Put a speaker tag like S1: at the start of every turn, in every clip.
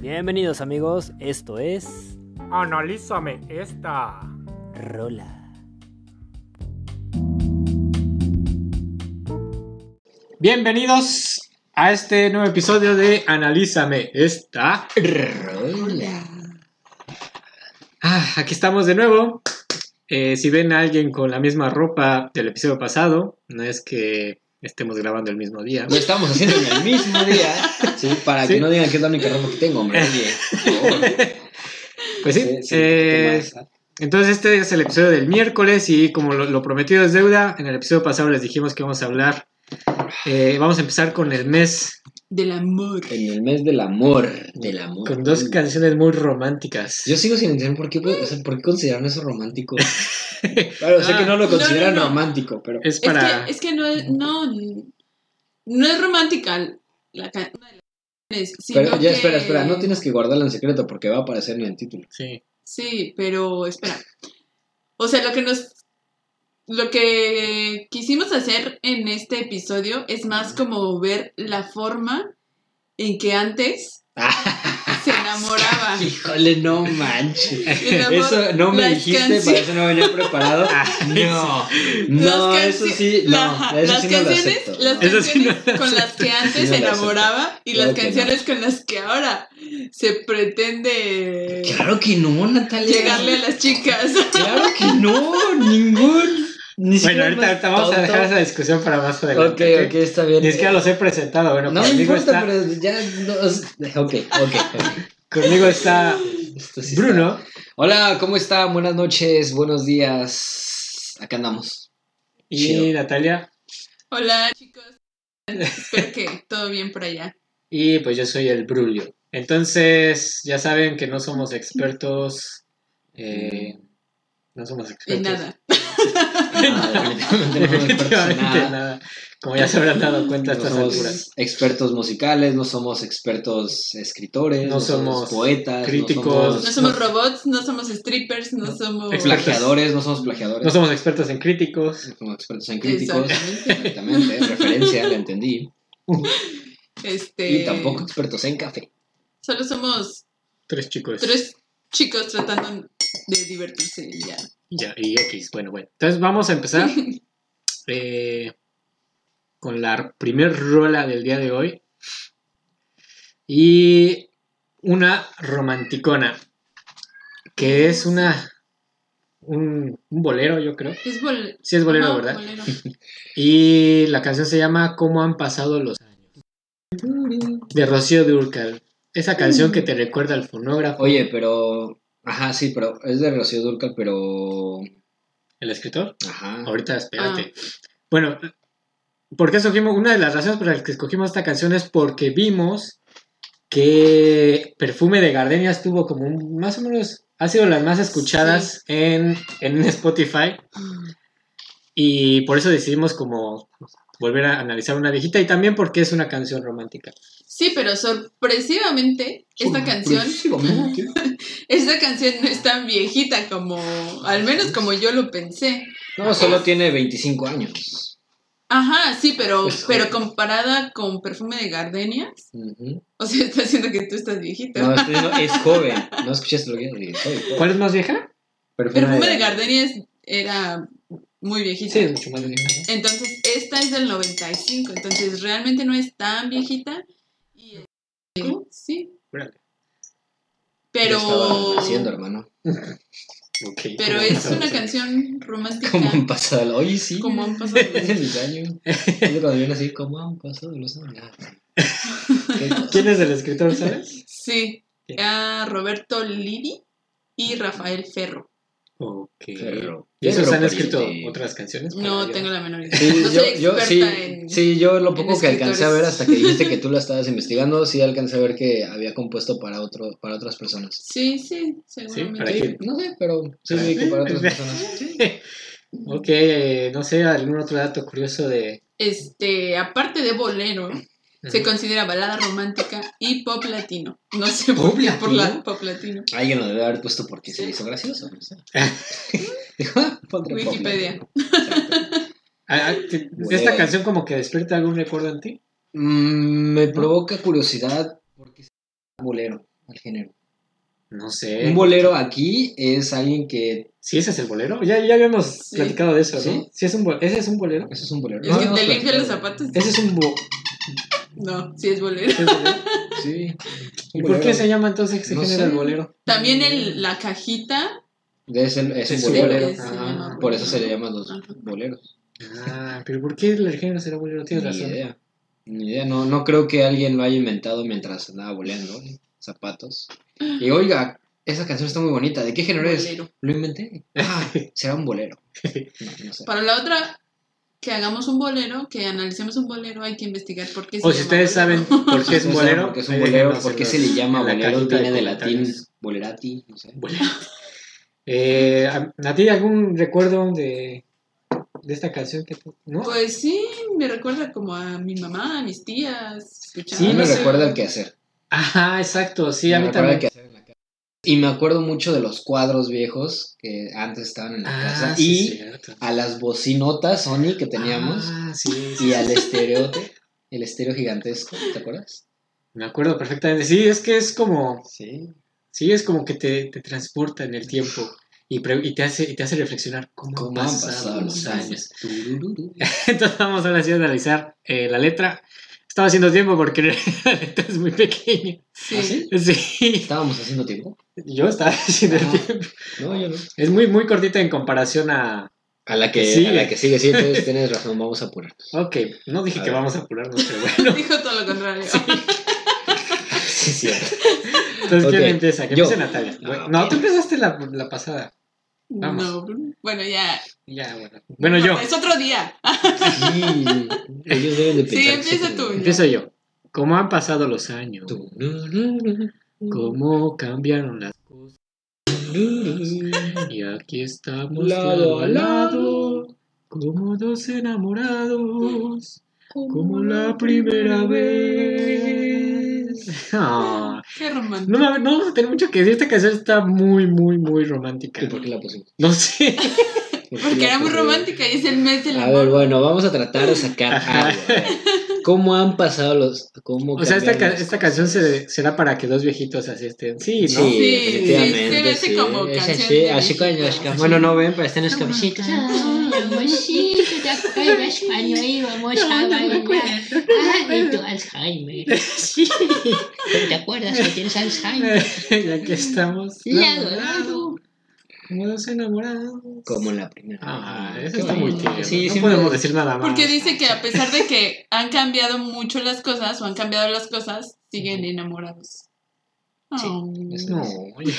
S1: Bienvenidos amigos, esto es
S2: Analízame esta.
S1: Rola.
S2: Bienvenidos a este nuevo episodio de Analízame esta.
S1: Rola.
S2: Ah, aquí estamos de nuevo. Eh, si ven a alguien con la misma ropa del episodio pasado, no es que estemos grabando el mismo día.
S3: Lo estamos haciendo en el mismo día, ¿sí? Para
S2: Sí.
S3: que no digan que es la única ropa que tengo, hombre. Oye, por favor.
S2: Pues sí,
S3: Sí, sí,
S2: eh,
S3: ¿qué más?
S2: entonces este es el episodio del miércoles y como lo, lo prometido es deuda, en el episodio pasado les dijimos que vamos a hablar, eh, vamos a empezar con el mes
S4: Del amor.
S3: En el mes del amor, del amor.
S2: Con dos canciones muy románticas.
S3: Yo sigo sin entender por qué, o sea, por qué consideran eso romántico. Claro, sé que no lo
S4: No, no,
S3: consideran
S4: no.
S3: romántico, pero
S2: Ah. Es
S4: Es
S2: para.
S4: que, es que no es, no, no es romántica la ca- una de las canciones, sino
S3: Pero ya,
S4: que-
S3: espera, espera, no tienes que guardarla en secreto porque va a aparecer en el título.
S2: Sí.
S4: Sí, pero espera. O sea, lo que nos... Lo que quisimos hacer en este episodio es más como ver la forma en que antes se enamoraba.
S3: Híjole, no manches.
S4: Ah. El amor,
S3: Eso no me
S4: las
S3: dijiste, para
S4: canciones-
S3: eso no venía preparado.
S2: Ah,
S3: No, no,
S4: Las
S3: eso
S4: cancio-
S3: sí,
S4: Ajá,
S3: no, eso
S4: las
S3: sí no lo
S4: canciones,
S3: acepto.
S4: las
S2: Eso sí no
S4: canciones con las que antes
S3: Sí,
S4: se
S3: no lo acepto.
S4: enamoraba y
S3: Claro
S4: las
S3: que no.
S4: canciones con las que ahora se pretende
S3: Claro que no, Natalia.
S4: llegarle a las chicas.
S3: Claro que no, ningún.
S2: Bueno,
S3: Ni siquiera el
S2: ahorita,
S3: más
S2: ahorita vamos a
S3: tonto.
S2: dejar esa discusión para más
S3: Ok,
S2: adelante.
S3: ok, está bien.
S2: Ni siquiera los he presentado. Bueno,
S3: no me
S2: conmigo,
S3: importa,
S2: está,
S3: pero ya. No, es- ok, ok, ok.
S2: conmigo está
S3: Esto sí está-
S2: Bruno.
S3: Hola, ¿cómo están? Buenas noches, buenos días. Acá andamos.
S2: Y
S3: Chido.
S2: Natalia.
S4: Hola chicos, espero que todo bien por allá.
S2: Y pues yo soy el Brulio. Entonces, ya saben que no somos expertos. eh, no somos
S4: Y
S2: expertos.
S4: nada,
S3: Ah, definitivamente no somos expertos en
S2: Definitivamente
S3: nada.
S2: nada. Como ya se habrán dado cuenta a
S3: No
S2: estas
S3: somos
S2: alturas.
S3: expertos musicales, no somos expertos escritores,
S2: No
S3: no,
S2: somos
S3: somos poetas,
S2: críticos.
S3: no
S4: no
S3: somos,
S4: somos robots, no somos strippers, no somos...
S2: Exacto.
S3: plagiadores, no somos plagiadores.
S2: No somos expertos en críticos.
S3: Como expertos en críticos.
S4: Exactamente.
S3: Exactamente, referencia, la entendí.
S4: Este,
S3: Y tampoco expertos en café.
S4: Solo somos
S2: Tres chicos.
S4: tres chicos tratando de divertirse y ya.
S2: Ya, y X, bueno, bueno. Entonces vamos a empezar eh, con la primer rola del día de hoy. Y una romanticona, que es una... Un, un bolero, yo creo.
S4: Es bol-
S2: Sí, es bolero,
S4: no,
S2: ¿verdad?
S4: bolero.
S2: Y la canción se llama ¿Cómo han pasado los años? De Rocío Durcal. Esa canción que te recuerda al fonógrafo,
S3: Oye, pero. Ajá, sí, pero es de Rocío Durcal, pero.
S2: el escritor.
S3: Ajá.
S2: Ahorita
S4: Ah.
S2: espérate. Bueno, ¿por qué escogimos? Una de las razones por las que escogimos esta canción es porque vimos que Perfume de Gardenias tuvo como un- más o menos, ha sido las más escuchadas en, en Spotify y por eso decidimos como volver a analizar una viejita y también porque es una canción romántica.
S4: Sí, pero sorpresivamente esta canción,
S3: Sorpresivamente.
S4: esta canción no es tan viejita como, al menos como yo lo pensé.
S3: No, solo tiene 25 años.
S4: Ajá, sí, pero,
S3: Pues,
S4: pero
S3: oye.
S4: comparada con perfume de gardenias,
S3: Ujú.
S4: o sea, está diciendo que tú estás viejita.
S3: No, estoy diciendo, es joven. No escuchaste lo que dije. soy joven.
S2: ¿Cuál es más vieja?
S4: perfume de gardenias era muy viejita.
S2: Sí, es mucho más vieja. ¿no?
S4: Entonces, esta es del 95, entonces realmente no es tan viejita. Y eh, sí,
S2: Órale.
S3: Yo
S4: pero
S3: estaba haciendo, hermano.
S2: Ok.
S4: pero es una canción romántica
S3: ¿Cómo han pasado? los- Oye, sí.
S4: como han pasado los
S3: Desde mis años. Es cuando yo nací, ¿cómo han pasado los años? Qué cosa.
S2: ¿Quién es el escritor, sabes?
S4: Sí,
S2: ¿Quién?
S4: a Roberto Lidi y Rafael Ferro.
S2: Ok. este
S3: Pero- este,
S2: ¿Y esos
S3: pero
S2: han escrito
S3: pariente.
S2: otras canciones?
S4: No
S2: Para-
S4: tengo la menor idea.
S3: Sí,
S4: no
S3: yo,
S4: soy
S3: yo-
S4: experta
S3: sí,
S4: en...
S3: sí, yo lo poco que alcancé a ver
S4: escritores.
S3: hasta que dijiste que tú la estabas investigando, sí alcancé a ver que había compuesto para otro, para otras personas.
S4: sí, sí,
S2: ¿para
S4: seguramente.
S2: qué?
S3: Sí, no sé, pero sí vi que para otras personas.
S2: Ok, eh, no sé, algún otro dato curioso de...
S4: Este, aparte de bolero, se considera balada romántica y pop latino. No sé por
S3: ¿Pop
S4: qué por la
S3: latino?
S4: pop latino.
S3: Alguien lo debe haber puesto porque se le hizo gracioso. no sé. Dijo, "Ah, pondré pop".
S4: Wikipedia.
S2: Ah, ah, te- ¿Esta
S3: Güey.
S2: canción como que despierta algún recuerdo en ti?
S3: Mm, me provoca curiosidad porque es bolero. al género?
S2: No sé.
S3: Un bolero aquí es alguien que.
S2: ¿Sí ese es el bolero? Ya, ya habíamos
S4: Sí.
S2: platicado de eso, ¿no?
S3: Sí.
S2: ¿Sí es un bol- ¿Ese es un bolero?
S3: Eso es un bolero.
S4: ¿El
S3: No,
S4: que
S3: no,
S4: te
S3: no,
S4: limpia
S3: no,
S4: los
S3: no.
S4: zapatos?
S2: Ese es un bo...
S4: No, sí es bolero.
S2: ¿es bolero?
S3: Sí.
S2: ¿Y
S3: un
S2: por qué
S3: bolero.
S2: se llama entonces ese
S3: No
S2: género
S3: sé.
S2: el bolero?
S4: También el, la cajita.
S3: Es, el- es
S2: Es
S3: un
S2: un
S3: bolero.
S4: se
S2: Ah,
S4: llama
S3: Por eso se le llaman los
S4: Ajá.
S3: boleros.
S2: Ah, pero ¿por qué el género será bolero? Tienes
S3: Ni
S2: razón.
S3: idea. Ni idea. No, no creo que alguien lo haya inventado mientras andaba boleando. ¿eh? Zapatos. Y oiga, esa canción está muy bonita. ¿De qué género es?
S4: Bolero.
S3: Lo inventé. Ah, será un bolero. No, no sé.
S4: Para la otra, que hagamos un bolero, que analicemos un bolero, hay que investigar por qué se
S2: O si
S4: llama
S2: ustedes
S4: bolero.
S2: saben por qué es un
S3: Ustedes saben
S2: bolero.
S3: por qué es un
S2: ahí
S3: bolero?
S2: déjenos
S3: ¿Por qué
S2: en
S3: se
S2: los-
S3: le llama
S2: en la
S3: bolero?
S2: cajita de
S3: Viene de latín
S2: comentarios.
S3: bolerati, no sé.
S2: Bolero. Eh, ¿a- ¿A ti algún recuerdo de, de esta canción que tú- ¿No?
S4: Pues sí, me recuerda como a mi mamá, a mis tías. escuchar.
S2: Sí,
S3: a mí
S2: no
S3: me
S2: sé.
S3: recuerda el quehacer.
S2: Ajá, exacto, sí, a mí
S3: Me recuerda el
S2: también.
S3: quehacer en la casa. Y me acuerdo mucho de los cuadros viejos que antes estaban en la
S2: Ah,
S3: casa.
S2: sí,
S3: y
S2: cierto.
S3: a las bocinotas Sony que teníamos.
S2: Ah, sí, sí.
S3: Y al estéreo, el estéreo gigantesco, ¿te acuerdas?
S2: Me acuerdo perfectamente. Sí, es que es como,
S3: Sí.
S2: sí, es como que te, te transporta en el tiempo y, pre- y te hace, y te hace reflexionar cómo,
S3: ¿Cómo
S2: han pasado los años.
S3: ¿Ah,
S2: Entonces vamos ahora sí a analizar eh, la letra. Estaba haciendo tiempo porque la letra es muy pequeña.
S4: Sí.
S3: ¿Ah, sí?
S2: Sí,
S3: Estábamos haciendo tiempo.
S2: yo estaba haciendo
S3: Ah.
S2: tiempo.
S3: No, yo no.
S2: Es muy, muy cortita en comparación a...
S3: A la que
S2: Sigue.
S3: sigue, a la que sigue, sí, entonces tienes razón, vamos a apurar.
S2: Ok, no dije
S3: A
S2: que
S3: ver.
S2: vamos a apurarnos, pero bueno.
S4: Dijo todo lo contrario.
S3: Sí, sí.
S2: Entonces, ¿quién
S3: Ok,
S2: empieza? Que
S3: yo.
S2: empiece Natalia.
S3: Ah,
S2: No,
S3: ok.
S2: tú empezaste la, la pasada. Vamos.
S4: No, bueno, ya.
S2: Ya, bueno. Bueno, yo.
S4: Es otro día. Ah,
S3: Sí, ellos deben de
S4: Sí,
S3: pensar.
S4: empieza
S3: que-
S4: tú.
S2: Empiezo yo. ¿Cómo han pasado los años?
S3: Tú. No, no, no, no.
S2: ¿Cómo cambiaron las cosas? Y aquí estamos lado a lado, como dos enamorados, como la primera vez. Ah,
S4: Qué romántico.
S2: No, mames, no vamos a tener mucho que decir. Esta canción está muy, muy, muy romántica.
S3: ¿Y por qué la pusimos?
S2: No sé.
S3: ¿Por qué
S4: Porque
S3: la
S4: era muy
S3: pusimos?
S4: romántica y es el mes del
S3: A ver,
S4: amor.
S3: bueno, vamos a tratar de sacar
S2: Ajá.
S3: algo. a ver. ¿Cómo han pasado los.? Cómo
S2: O sea, esta,
S3: cambian
S2: ca-
S3: las
S2: esta
S3: cosas?
S2: canción se, será para que dos viejitos así estén. Sí, ¿no?
S3: Sí,
S4: Sí, sí, se
S3: definitivamente.
S4: ve
S3: Sí,
S4: como
S3: Es
S4: canción
S3: así,
S4: de
S3: así con
S4: viejita.
S3: los cam- Bueno, no ven, pero están los
S5: Mamacita,
S3: camisitas.
S5: Ah, mamacita, te acuerdas cuando íbamos a bailar. Ay, tu Alzheimer.
S2: Sí.
S5: ¿Te acuerdas que tienes Alzheimer?
S2: y aquí estamos.
S5: Lado a
S2: enamorados,
S5: lado.
S2: Como dos enamorados.
S3: Como en la primera.
S2: Ah,
S3: vez.
S2: eso
S3: Qué
S2: está
S3: bonito.
S2: muy tierno.
S3: Sí,
S2: no
S3: sí,
S2: podemos
S3: me-
S2: decir nada más.
S4: Porque dice que a pesar de que han cambiado mucho las cosas o han cambiado las cosas, siguen enamorados.
S3: Sí,
S4: Oh.
S3: eso.
S2: No, oye.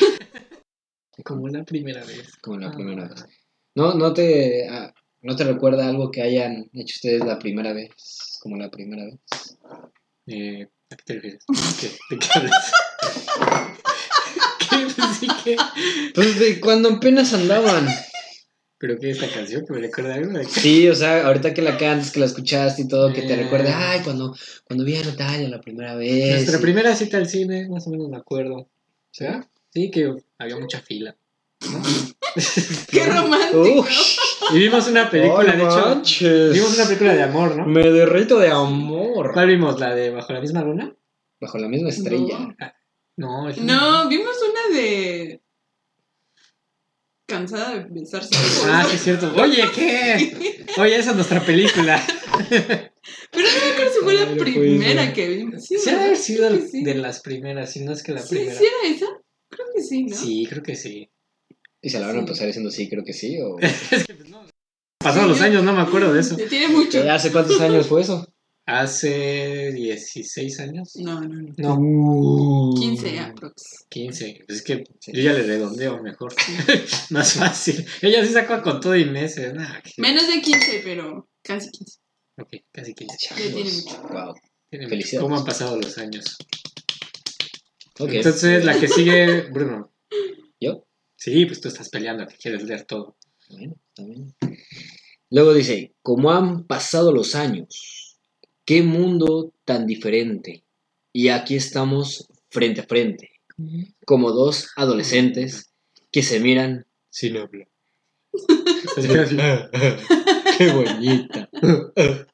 S2: Como la primera vez. Ah,
S3: Como en la primera vez. No, no te. ah, ¿No te recuerda algo que hayan hecho ustedes la primera vez? Como la primera vez.
S2: Eh, ¿A qué te refieres? ¿De qué, de qué hablas? ¿Qué? Sí, ¿qué?
S3: Pues de cuando apenas andaban.
S2: ¿Pero qué esta canción? ¿Que me recuerda algo? ¿De qué?
S3: Sí, o sea, ahorita que la cantas, que la escuchaste y todo, que te
S2: Eh.
S3: recuerde, ay, cuando, cuando vi a Natalia la primera vez.
S2: Nuestra
S3: y-
S2: primera cita al cine, más o menos me acuerdo. O sea, sí que había mucha fila.
S4: Qué romántico.
S3: Uff,
S2: Y vimos una película, de hecho, vimos una película de amor, ¿no?
S3: Me derrito de amor.
S2: ¿Cuál vimos? ¿La de Bajo la misma luna? Ah,
S3: Bajo la misma estrella.
S4: No.
S2: No, es-
S4: No, vimos una de. Cansada de besarse.
S2: Ah, sí, es cierto. Oye, ¿qué? Oye, esa es nuestra película.
S4: Pero no me acuerdo si fue
S3: Ay,
S4: la
S3: no puede
S4: primera
S3: ser.
S4: que vimos. Sí,
S2: Se ha de haber sido
S4: Creo que sí.
S2: de las primeras, si no es que la
S4: ¿Sí,
S2: primera.
S4: sí era esa? Creo que sí, ¿no?
S2: Sí, creo que sí.
S3: Y se la van a
S4: Sí.
S3: pasar diciendo sí, creo que sí. O...
S2: Pasados los años, no me acuerdo de eso.
S4: Sí, Tiene mucho.
S3: ¿Hace cuántos años fue eso?
S2: Hace 16 años.
S4: No, no, no.
S2: No, Mm.
S4: 15 aprox.
S2: 15. Pues es que
S3: Uh. Sí.
S2: yo ya le redondeo mejor. Más fácil. Ella sí sacó con todo y meses. Nah, que-
S4: Menos de 15, pero casi 15.
S2: Ok, casi 15.
S4: Ya tiene mucho.
S3: Wow.
S2: Tiene
S3: Felicidades.
S2: ¿Cómo han pasado los años?
S3: Ok.
S2: Entonces, la que sigue, Bruno.
S3: ¿Yo?
S2: Sí, pues tú estás peleando, que quieres leer todo.
S3: Bueno, está bien. Luego dice, como han pasado los años, qué mundo tan diferente. Y aquí estamos frente a frente, como dos adolescentes que se miran.
S2: Sin hablar.
S3: qué bonita.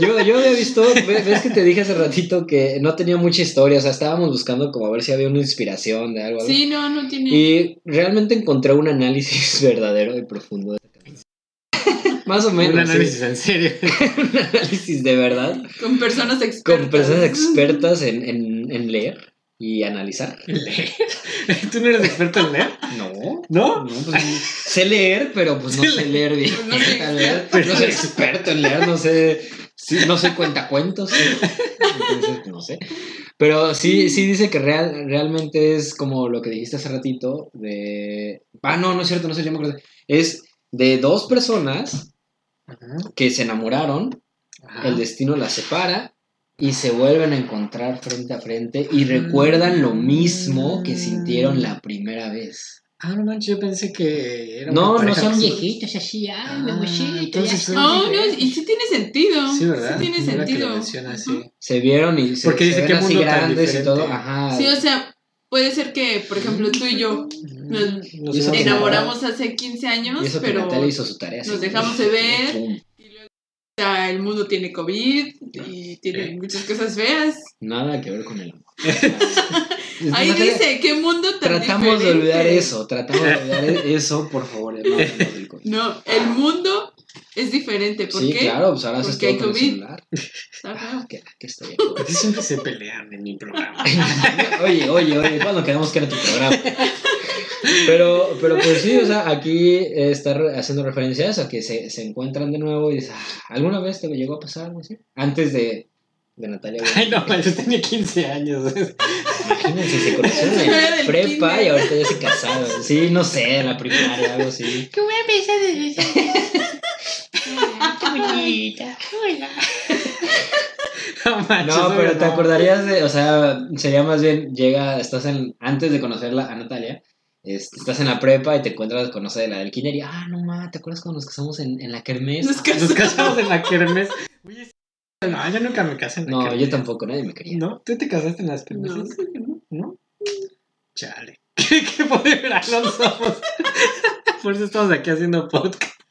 S3: Yo, yo había visto, ve- ves que te dije hace ratito que no tenía mucha historia, o sea, estábamos buscando como a ver si había una inspiración de algo. algo.
S4: Sí, no, no tiene.
S3: Y realmente encontré un análisis verdadero y profundo de esta canción. Más o menos.
S2: Un
S3: sí.
S2: análisis en serio.
S3: un análisis de verdad.
S4: Con personas expertas.
S3: Con personas expertas en, en- en leer y analizar.
S2: ¿Tú no eres experto en leer?
S3: No.
S2: ¿No?
S3: No, pues, sé leer, pero pues no sé leer bien.
S4: No soy
S3: Tal vez. No soy experto en leer, no sé, sí, no soy cuentacuentos. Entonces, pues, no sé. Pero sí, sí dice que real, realmente es como lo que dijiste hace ratito de... Ah, no, no es cierto, no sé, yo me acuerdo. Es de dos personas que se enamoraron,
S2: Ajá.
S3: Ah. el destino las separa y se vuelven a encontrar frente a frente y recuerdan lo mismo que sintieron la primera vez.
S2: Ah, no manches, yo pensé que era
S3: No,
S2: una
S3: no
S2: pareja
S3: son
S2: que se-
S5: Viejitos así, ay, mi
S2: Ah,
S5: abuelito, ya
S2: entonces
S5: está.
S4: No, no, y sí tiene sentido.
S2: Sí, ¿verdad?
S4: Sí tiene
S2: Ahora que lo
S4: sentido.
S2: menciona así.
S3: se vieron y se,
S2: Porque
S3: se
S2: dice,
S3: ven
S2: "¿Qué
S3: así
S2: mundo tan
S3: grandes y
S2: diferente?"
S3: todo. Ajá.
S4: Sí, o sea, puede ser que, por ejemplo, tú y yo nos
S2: Nos
S3: Y eso
S2: hemos
S3: que-
S4: enamoramos hace 15 años,
S3: y eso que
S4: pero
S3: Natalia hizo su tarea. así.
S4: nos dejamos de ver.
S3: Pum.
S4: ya el mundo tiene COVID y tiene muchas cosas feas.
S3: Nada que ver con el amor.
S4: Ahí
S3: Natalia,
S4: dice, ¿qué mundo tan
S3: Tratamos de
S4: diferente?
S3: olvidar eso, tratamos de olvidar e- eso, por favor. no hablemos del COVID.
S4: No, el mundo es diferente. ¿Por
S3: sí,
S4: qué?
S3: claro, pues ahora haces todo
S4: Porque hay
S3: con el
S4: COVID.
S3: celular.
S4: Está
S3: Ah,
S4: feo.
S3: que, que estoy
S2: ¿Por qué siempre se pelean en mi programa?
S3: oye, oye, oye, ¿cuándo quedamos que era tu programa? Pero, pero pues sí, o sea, aquí eh, está re- haciendo referencias a que se, se encuentran de nuevo y dices, "Ah, ¿alguna vez te llegó a pasar algo así? Antes de, de Natalia. güey.
S2: Ay, no, manches, tenía 15 años.
S3: Imagínense, se conocieron en
S4: Era del
S3: prepa
S4: kinder.
S3: y ahorita ya se casaron. Sí, no sé, en la primaria, algo así.
S5: ¿Qué voy a pensar de eso? Ay, qué bonita. Hola.
S2: No, manches,
S3: No, pero
S2: obvio,
S3: te
S2: no.
S3: acordarías de, o sea, sería más bien, llega, estás en, antes de conocerla a Natalia, es- estás en la prepa y te encuentras con, no sé, la del kinder y, ah, no, ma, ¿te acuerdas cuando nos casamos en, en la kermés?
S4: Nos casamos.
S2: Nos casamos en la kermés. Oye, sí, no, yo nunca me casé en la
S3: No,
S2: kermés.
S3: yo tampoco, nadie me quería.
S2: ¿No? ¿Tú te casaste en las
S4: No, Mm.
S2: kermeses? ¿No? Chale. ¿Qué, qué no somos? Por eso estamos aquí haciendo podcast.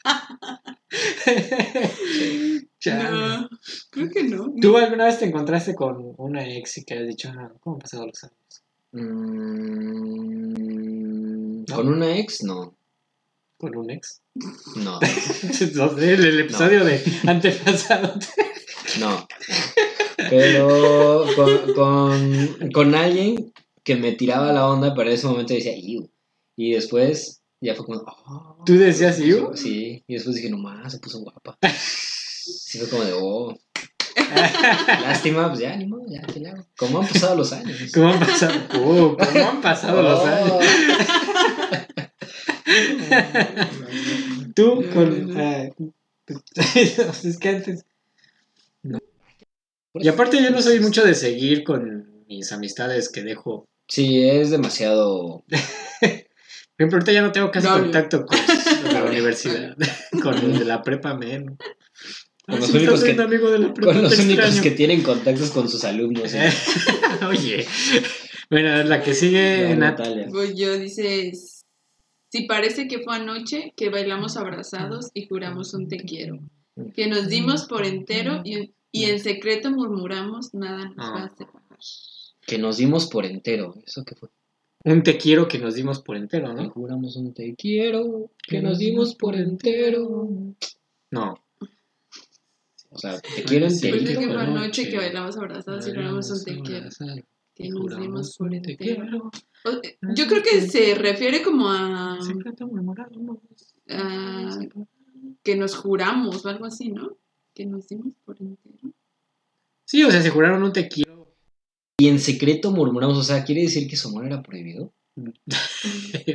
S2: Chale.
S4: no, creo que no.
S2: ¿Tú alguna vez te encontraste con una ex y que has dicho, ah, ¿cómo han pasado los años?
S3: Mm,
S2: ¿No?
S3: ¿Con una ex? No,
S2: ¿Con un ex?
S3: no,
S2: No sé, el, el episodio de antepasado.
S3: no. Pero con, con, con alguien que me tiraba la onda, pero en ese momento decía, iu. Y después ya fue como, "Oh".
S2: ¿Tú decías, "Iu"?
S3: Sí, y después dije, no más, se puso guapa. Sí, fue como de, oh. Lástima, pues ya, ni modo, ya, ¿qué le hago? ¿Cómo han pasado los años? Oh,
S2: ¿Cómo han pasado? Oh, ¿Cómo han pasado los años? Tú con. ah, es que antes. no. Y aparte, yo no soy mucho de seguir con mis amistades que dejo.
S3: Sí, es demasiado.
S2: Por ejemplo, ahorita ya no tengo casi
S4: No, yo-
S2: contacto con la universidad, con el de la prepa Ah, menos.
S3: Con
S2: Con
S3: los
S2: los únicos
S3: únicos que-
S2: amigo de la prepa,
S3: Con los
S2: te
S3: únicos que
S2: extraño.
S3: tienen contactos con sus alumnos. ¿eh?
S2: Oye. Bueno, la que sigue,
S3: Ya,
S2: eh, Nat.
S3: Natalia.
S4: Voy Pues yo, dices, si parece que fue anoche que bailamos abrazados y juramos un te quiero, que nos dimos por entero y, y en secreto murmuramos nada nos
S3: Ah,
S4: va a separar.
S3: Que nos dimos por entero. Eso que fue.
S2: Un te quiero que nos dimos por entero,
S3: Me
S2: ¿no?
S3: juramos un te quiero. Que nos dimos por entero.
S2: No.
S3: O sea, te quiero
S2: Sí,
S3: entero.
S4: Parece Pues que fue
S2: pero no,
S4: anoche
S2: sí.
S4: que bailamos abrazados y juramos un te quiero, que nos dimos por
S2: Te
S4: entero.
S2: quiero.
S4: O- eh, Yo creo que se refiere como a,
S2: Secreto murmuramos.
S4: a que nos juramos o algo así, ¿no? Que nos dimos por entero.
S2: Sí, o sea, se juraron un te quiero.
S3: Y en secreto murmuramos. O sea, ¿quiere decir que su amor era prohibido?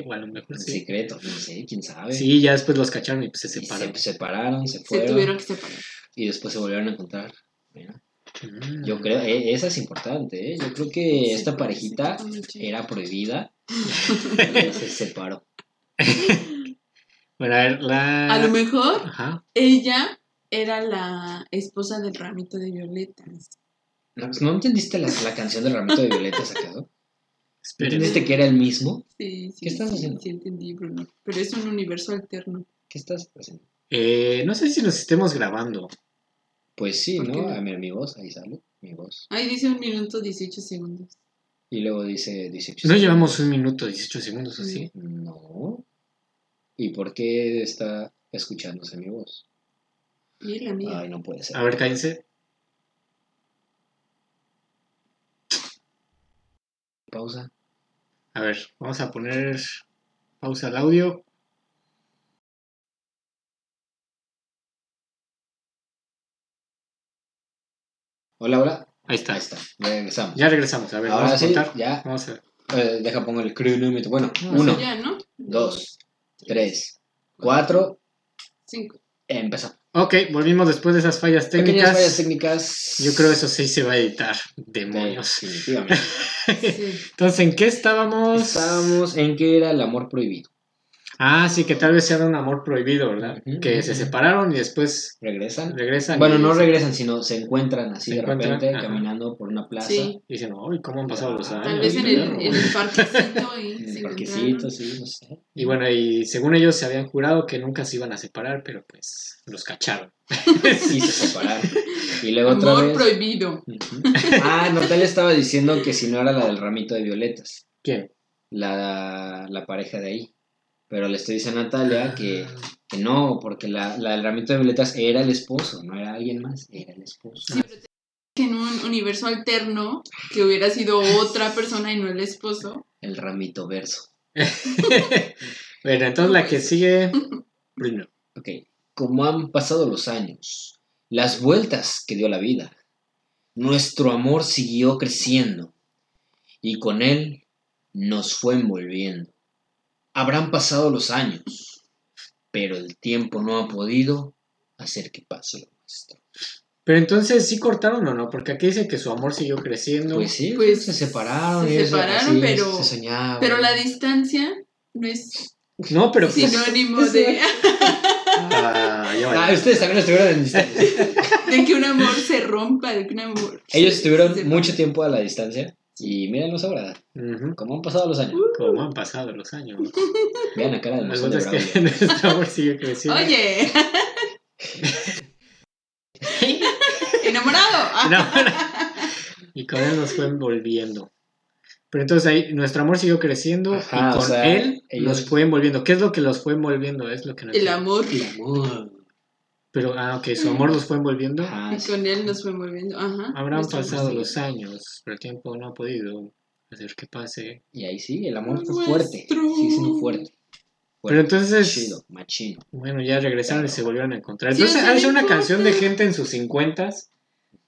S2: o a lo mejor
S3: En
S2: sí.
S3: secreto. No sé, quién sabe.
S2: Sí, ya después los cacharon y pues se
S3: Y
S2: separaron.
S3: Se separaron, se
S4: Se
S3: fueron.
S4: tuvieron que separar.
S3: Y después se volvieron a encontrar. Mira,
S2: Mm.
S3: Yo creo, eh, esa es importante. ¿eh? Yo creo que esta parejita
S4: Anoche.
S3: era prohibida. y se separó.
S2: Bueno, a ver, la.
S4: A lo mejor
S2: Ajá.
S4: Ella era la esposa del ramito de violetas.
S3: No, pues, ¿no entendiste la, la canción del ramito de violetas acaso?
S2: Espérenme.
S3: ¿Entendiste que era el mismo?
S4: Sí, sí.
S3: ¿Qué estás
S4: sí,
S3: haciendo?
S4: Sí, entendí, Bruno. Pero es un universo alterno.
S3: ¿Qué estás haciendo?
S2: Eh, no sé si nos estemos grabando.
S3: Pues sí,
S4: ¿Por qué
S3: ¿no?
S4: no?
S3: A ver, mi voz, ahí sale, mi voz.
S4: Ahí dice un minuto 18 segundos.
S3: Y luego dice 18
S2: No
S3: segundos.
S2: llevamos un minuto 18 segundos así.
S3: No. ¿Y por qué está escuchándose mi voz?
S4: Y la mía.
S3: Ay, no puede ser.
S2: A ver, cállense.
S3: Pausa.
S2: A ver, vamos a poner pausa al audio.
S3: Hola, hola.
S2: Ahí está.
S3: Ahí está. Ya regresamos.
S2: Ya regresamos. A ver,
S3: Ahora
S2: vamos a
S3: sí,
S2: contar.
S3: ya.
S2: Vamos a
S3: Eh, deja pongo el cronómetro. Bueno,
S2: Ah,
S3: uno,
S4: Ya, ¿no?
S3: dos, tres, cuatro.
S4: Cinco.
S3: Empezamos.
S2: Ok, volvimos después de esas fallas técnicas.
S3: Pequeñas fallas técnicas.
S2: Yo creo eso sí se va a editar. Demonios.
S3: Definitivamente.
S4: Sí.
S2: Entonces, ¿en qué estábamos?
S3: Estábamos en que era el amor prohibido.
S2: Ah, sí, que tal vez sea un amor prohibido, ¿verdad?
S3: Ujú,
S2: Que
S3: ujú,
S2: se
S3: ujú.
S2: separaron y después
S3: ¿Regresan?
S2: regresan.
S3: Bueno,
S2: y,
S3: no regresan, sino se encuentran así
S2: Se
S3: de
S2: encuentran,
S3: repente
S2: ajá.
S3: caminando por una plaza.
S4: Sí.
S2: y dicen, uy, ¿cómo han pasado los
S3: Tal
S2: años?
S4: Tal vez en el, en el parquecito ahí.
S3: En
S4: se
S3: el
S4: encontraron.
S3: parquecito, sí, no sé.
S2: Y bueno, y según ellos se habían jurado que nunca se iban a separar, pero pues los cacharon.
S3: Y se separaron. Y luego otra
S4: Amor
S3: vez.
S4: prohibido.
S3: Ujú. Ah, Natalia estaba diciendo que si no era la del ramito de violetas,
S2: ¿Quién?
S3: la, la pareja de ahí. Pero le estoy diciendo a
S2: Ah.
S3: Natalia que, que no, porque la, la del ramito de violetas era el esposo, no era alguien más, era el esposo.
S4: Sí, pero te- que en un universo alterno, que hubiera sido otra persona y no el esposo.
S3: El ramito verso.
S2: bueno, entonces la que sigue. Bruno.
S3: Ok, como han pasado los años, las vueltas que dio la vida, nuestro amor siguió creciendo y con él nos fue envolviendo. Habrán pasado los años, pero el tiempo no ha podido hacer que pase lo nuestro.
S2: Pero entonces, ¿sí cortaron o no? Porque aquí dice que su amor siguió creciendo.
S3: Pues sí,
S4: Pues,
S3: se separaron,
S4: se
S3: y eso,
S4: separaron,
S3: así,
S4: pero-
S3: se soñaban.
S4: Pero la distancia no es
S2: no, pero pues.
S4: sinónimo de,
S2: ah, ya valió.
S3: Ah, ustedes también estuvieron en distancia.
S4: de que un amor se rompa, de que un amor.
S3: Ellos
S4: se- se-
S3: estuvieron mucho tiempo a la distancia y míranos ahora,
S2: Ujú.
S3: cómo han pasado los años.
S2: Cómo han pasado los años.
S3: Vean la cara de
S2: La
S3: emoción
S2: cosa
S3: de
S2: es
S3: Braulio.
S2: que nuestro amor sigue creciendo.
S4: Oye, enamorado. Ah,
S2: No, no. y con él nos fue envolviendo. Pero entonces ahí nuestro amor siguió creciendo
S3: Ajá,
S2: y
S3: o
S2: con
S3: sea,
S2: él
S3: ellos-
S2: nos fue envolviendo. ¿Qué es lo que los fue envolviendo? Es lo que no
S4: El
S2: entiendo.
S4: amor.
S3: El amor.
S2: Pero, ah, ok, su amor los fue envolviendo.
S3: Ajá,
S4: Y
S3: sí.
S4: con él nos fue moviendo. Ajá.
S2: Habrán
S4: Nuestro amor
S2: pasado
S4: sigue.
S2: los años, pero el tiempo no ha podido hacer que pase.
S3: Y ahí sí, el amor fue
S4: Nuestro.
S3: fuerte. Sí, siendo fuerte.
S2: Pero
S3: Fuerte,
S2: entonces,
S3: Chido, machino.
S2: bueno, ya regresaron y se volvieron a encontrar.
S4: Sí,
S2: Entonces,
S4: o sea,
S2: ha de
S4: no
S2: ser una
S4: importa.
S2: canción de gente en sus cincuentas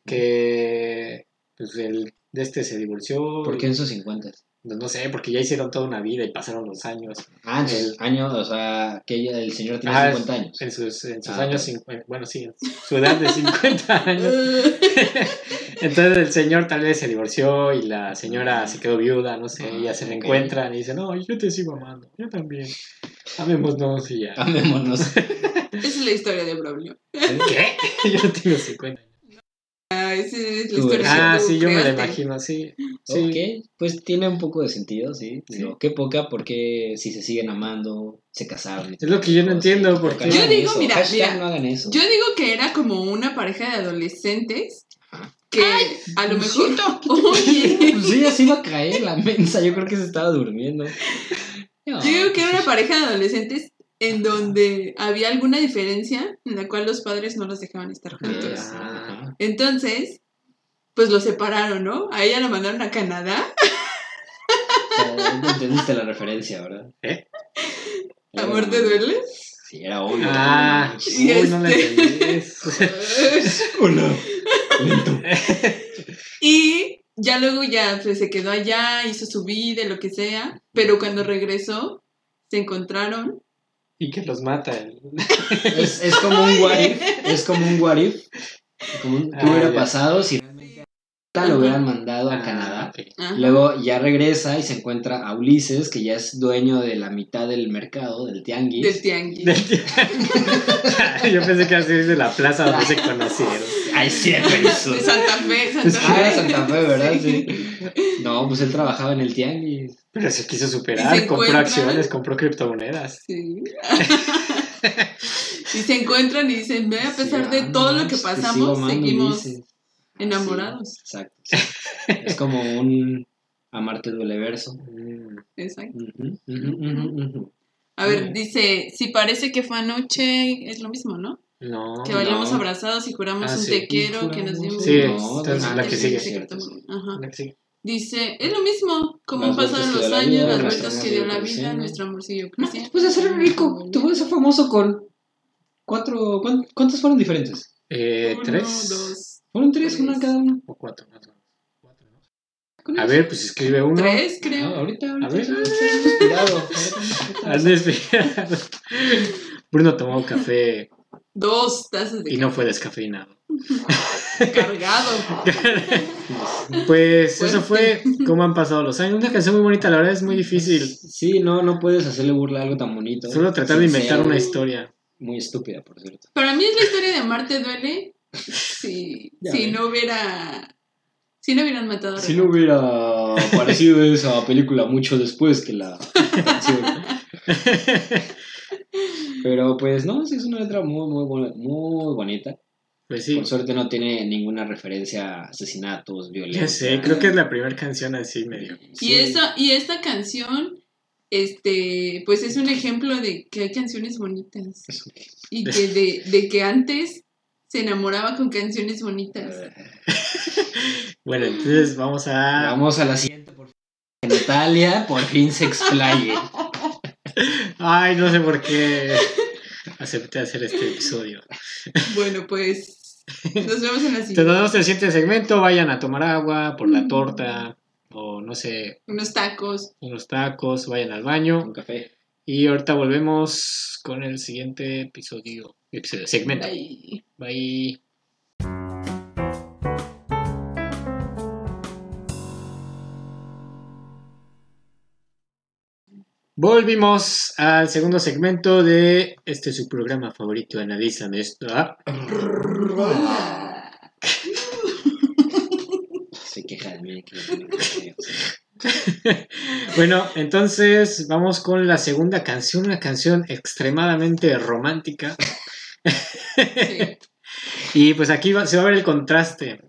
S2: que, pues, el de este se divorció.
S3: ¿Por qué en sus 50?
S2: No, no sé, porque ya hicieron toda una vida y pasaron los años.
S3: Ah, en sus
S2: El- Ah,
S3: años, o sea, que ella- el señor tenía
S2: Ajá,
S3: 50 años.
S2: En sus, en sus
S3: Ah,
S2: años
S3: ok.
S2: 50, bueno, sí, en su edad de 50 años.
S4: Eh,
S2: Entonces el señor tal vez se divorció y la señora se quedó viuda, no sé,
S3: Ah,
S2: ya se le
S3: ok.
S2: encuentran y dicen, no, yo te sigo amando, yo también. Amémonos y ya.
S3: Ah, Amémonos.
S4: Esa es la historia de Braulio.
S2: ¿Qué? yo no tengo 50 años.
S4: Ah, esa es la
S3: Tú
S4: historia
S3: eres.
S4: que
S2: Ah,
S4: tú
S2: sí, yo me la
S4: creaste.
S2: imagino, sí. sí.
S3: Ok, pues tiene un poco de sentido, sí.
S2: Sí.
S3: Digo, qué poca, porque si se siguen amando, se casaron.
S2: Es lo que yo no entiendo,
S3: Sí,
S2: porque-
S3: no
S4: Yo
S3: hagan
S4: digo,
S3: eso.
S4: mira,
S3: Hashtag
S4: mira,
S3: no hagan eso.
S4: Yo digo que era como una pareja de adolescentes que a lo
S3: pues
S4: mejor. Oye.
S3: Pues sí, así va a caer la mensa. Yo creo que se estaba durmiendo. No.
S4: Yo digo que era una pareja de adolescentes en donde había alguna diferencia en la cual los padres no los dejaban estar juntos.
S3: Ah,
S4: Entonces, pues los separaron, ¿no? A ella la mandaron a Canadá.
S3: ajá. O sea, no entendiste la referencia, ¿verdad?
S2: ¿Eh?
S3: Ah.
S4: ¿Amor te duele?
S3: Sí, era obvio.
S2: Ah,
S4: Y
S2: uy, no la
S4: este-
S2: entendí. Es-
S3: hola. Lento.
S4: y ya luego ya pues, se quedó allá, hizo su vida, lo que sea. Pero cuando regresó, se encontraron.
S2: Y que los mata. el-
S3: Es, es como un what if. Es como un what if. Como un, ¿Qué
S2: Ah,
S3: hubiera
S2: ya.
S3: pasado si realmente a lo hubieran mandado a
S2: Ah,
S3: Canadá?
S2: ok.
S4: Ajá.
S3: Luego ya regresa y se encuentra a Ulises, que ya es dueño de la mitad del mercado, del tianguis.
S4: Del tianguis.
S2: Del tianguis. Yo pensé que así es de la plaza donde se conocieron.
S3: Ay, sí,
S4: De Santa Fe, Santa
S3: Ah, era
S4: Fe.
S3: Santa Fe, ¿verdad?
S4: Sí.
S3: Sí. No, pues él trabajaba en el tianguis.
S2: Pero se quiso
S4: Y
S2: superar,
S4: se
S2: compró
S4: encuentran.
S2: acciones, compró criptomonedas.
S4: Sí. Y se encuentran y dicen, ve, a pesar
S3: ah,
S4: de todo lo que pasamos, seguimos enamorados.
S3: Sí, exacto. sí. Es como un amarte duele verso.
S2: Mm,
S4: Exacto.
S3: Ujú, ujú, ujú, ujú.
S4: A ver, dice, si parece que fue anoche, es lo mismo, ¿no?
S2: No.
S4: Que
S3: no.
S4: bailamos abrazados y juramos
S2: Ah,
S4: un
S2: sí.
S4: te quiero, que nos dimos...
S2: Sí,
S4: un-
S3: No,
S2: entonces,
S3: no,
S2: la
S3: no,
S2: que
S3: sí,
S2: sigue.
S3: es
S4: secreto.
S3: cierto.
S4: Ajá.
S2: La que sigue.
S4: Dice, es lo mismo, como han
S3: Las
S4: pasado
S3: vueltas que
S4: los
S3: dio la
S4: años,
S3: vida,
S4: las
S3: las
S4: vueltas que
S3: razones
S4: dio
S3: de
S4: la vida,
S3: evolución.
S4: nuestro amor siguió
S3: No,
S4: creciendo.
S3: Después de ser rico, te puedes ser famoso con cuatro. ¿cuán- ¿Cuántas fueron diferentes?
S2: Eh,
S4: Uno,
S2: tres.
S4: dos,
S3: Fueron tres, una
S4: Tres.
S3: cada uno.
S2: O cuatro, más o menos. Cuatro, ¿no?
S3: Con
S2: A
S3: eso.
S2: ver, pues escribe uno.
S4: tres,
S3: No,
S2: Ah,
S4: creo.
S3: ahorita, ahorita.
S2: A ver.
S3: Has respirado, ahorita
S2: Has
S3: has respirado.
S2: despedido. Bruno tomó café
S4: Dos tazas
S2: y
S4: de
S2: no fue descafeinado.
S4: cargado.
S2: Pues
S4: Fuerte.
S2: eso fue cómo han pasado los años. Una canción muy bonita, la verdad es muy difícil.
S3: Sí, no, no puedes hacerle burla a algo tan bonito.
S2: Solo tratar de inventar
S3: Sincero.
S2: una historia.
S3: Muy estúpida, por cierto.
S4: Para mí es la historia de Marte duele si,
S3: Ya
S4: si
S3: ven.
S4: no hubiera... Si no hubieran matado a
S3: Si
S4: Renato.
S3: no hubiera aparecido esa película mucho después que la canción. Pero pues no, sí es una letra muy, muy, bo- muy bonita.
S2: Pues sí.
S3: Por suerte no tiene ninguna referencia a asesinatos, violencia.
S2: Ya sé, creo que es la primera canción así medio.
S3: Sí.
S4: Y, esa, y esta canción, este, pues es un ejemplo de que hay canciones bonitas.
S3: Es un
S4: Y que de, de que antes se enamoraba con canciones bonitas.
S2: Bueno, entonces vamos a.
S3: Vamos a la siguiente, por fin. Natalia por fin se explaye.
S2: Ay, no sé por qué acepté hacer este episodio.
S4: Bueno, pues nos vemos en la
S2: Te
S4: siguiente.
S2: damos el siguiente segmento. Vayan a tomar agua por la torta o no sé,
S4: Unos tacos.
S2: unos tacos, vayan al baño.
S3: Un café.
S2: Y ahorita volvemos con el siguiente episodio, episodio segmento.
S4: Bye.
S2: Bye. Volvimos al segundo segmento de este su programa favorito, Analízame esto. Ah,
S4: Ah,
S3: Se queja de mí. que yo tengo café, o sea.
S2: Bueno, entonces vamos con la segunda canción, una canción extremadamente romántica.
S4: Sí.
S2: Y pues aquí va- se va a ver el contraste.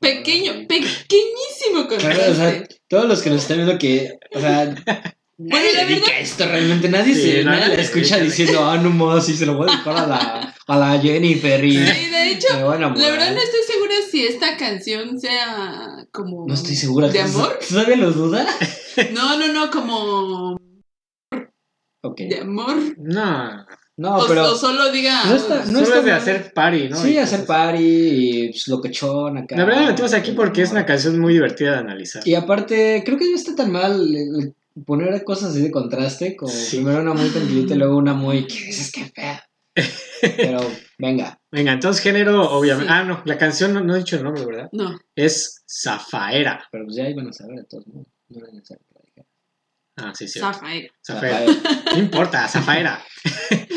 S4: Pequeño, pequeñísimo
S3: Claro, o sea,
S4: contraste.
S3: todos los que nos están viendo que, o sea, nadie
S4: la
S3: se dedica a esto realmente, nadie
S2: Sí,
S3: se,
S2: nadie
S3: nadie
S2: se
S3: la escucha
S2: dedica.
S3: diciendo, ah, no más, sí, se lo voy a dedicar a la, a la Jennifer y
S4: Sí, de hecho,
S3: me voy a
S4: la
S3: enamorar.
S4: verdad no estoy segura si esta canción sea como
S3: No estoy segura.
S4: de
S3: ¿Tú-
S4: amor.
S3: ¿Tú todavía lo dudas?
S4: No, no, no, como
S3: Ok.
S4: de amor.
S2: No,
S3: No,
S4: o,
S3: pero...
S4: o solo diga
S3: No está-
S2: no
S3: No
S2: solo es de
S3: mal.
S2: hacer party, ¿no?
S3: sí,
S2: Y
S3: hacer
S2: cosas.
S3: party y pues, locochón acá.
S2: La verdad la metimos aquí porque es una canción muy divertida de analizar.
S3: Y aparte, creo que no está tan mal eh, poner cosas así de contraste, como
S2: Sí.
S3: primero una muy tranquilita y luego una muy... ¿Qué dices? ¡Qué fea! Pero, venga.
S2: Venga, entonces género, obviamente.
S4: Sí.
S2: Ah, no, la canción no, no he dicho el nombre, ¿verdad?
S4: No,
S2: Es Zafaera.
S3: Pero pues ya iban a saber de todos modos. No era necesario que lo dijera.
S2: Ah, sí, sí.
S4: Zafael.
S3: Ah,
S2: Zafaera.
S3: Rafael,
S2: No importa, Zafaera.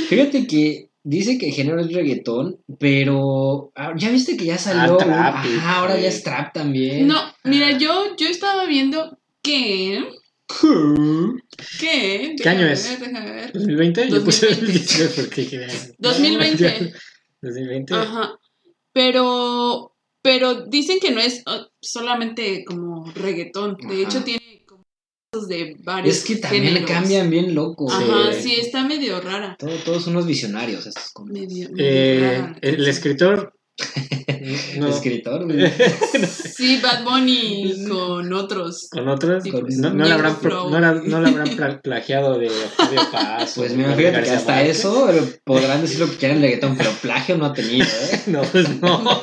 S3: Fíjate que dice que el género es reggaetón, pero ah, ya viste que ya salió.
S2: Ah,
S3: un-
S2: trap,
S3: ajá, ahora
S2: güey.
S3: ya es trap también.
S4: No,
S3: eh.
S4: mira, yo, yo estaba viendo que. ¿Qué?
S2: ¿Qué año
S4: Déjame
S2: es?
S4: ver, déjame ver.
S2: 2020, yo puse
S4: 2020.
S2: 2019 porque dije, ay,
S4: 2020.
S2: 2020.
S4: Ajá. Pero, pero dicen que no es oh, solamente como reggaetón. De
S3: Ajá.
S4: hecho, tiene como cosas de varios.
S3: Es que también
S4: géneros.
S3: le cambian bien loco.
S4: Ajá,
S3: güey.
S4: sí, está medio rara.
S3: Todo- todos unos visionarios estos compas.
S4: Medio, medio
S2: Eh,
S4: rara.
S2: el escritor. no,
S3: El escritor, güey.
S4: Sí, Bad Bunny con otros.
S2: con otros.
S4: Sí,
S2: no-
S3: pues,
S2: no, la
S4: Diego
S2: habrán,
S4: Flow.
S2: no la- no la habrán pla- plagiado de Octavio Paz.
S3: Pues
S2: o de
S3: mira, fíjate que
S2: García
S3: hasta
S2: Márquez.
S3: eso eh, podrán decir lo que quieran de reggaetón, pero plagio no ha tenido, ¿eh?
S2: No, pues no.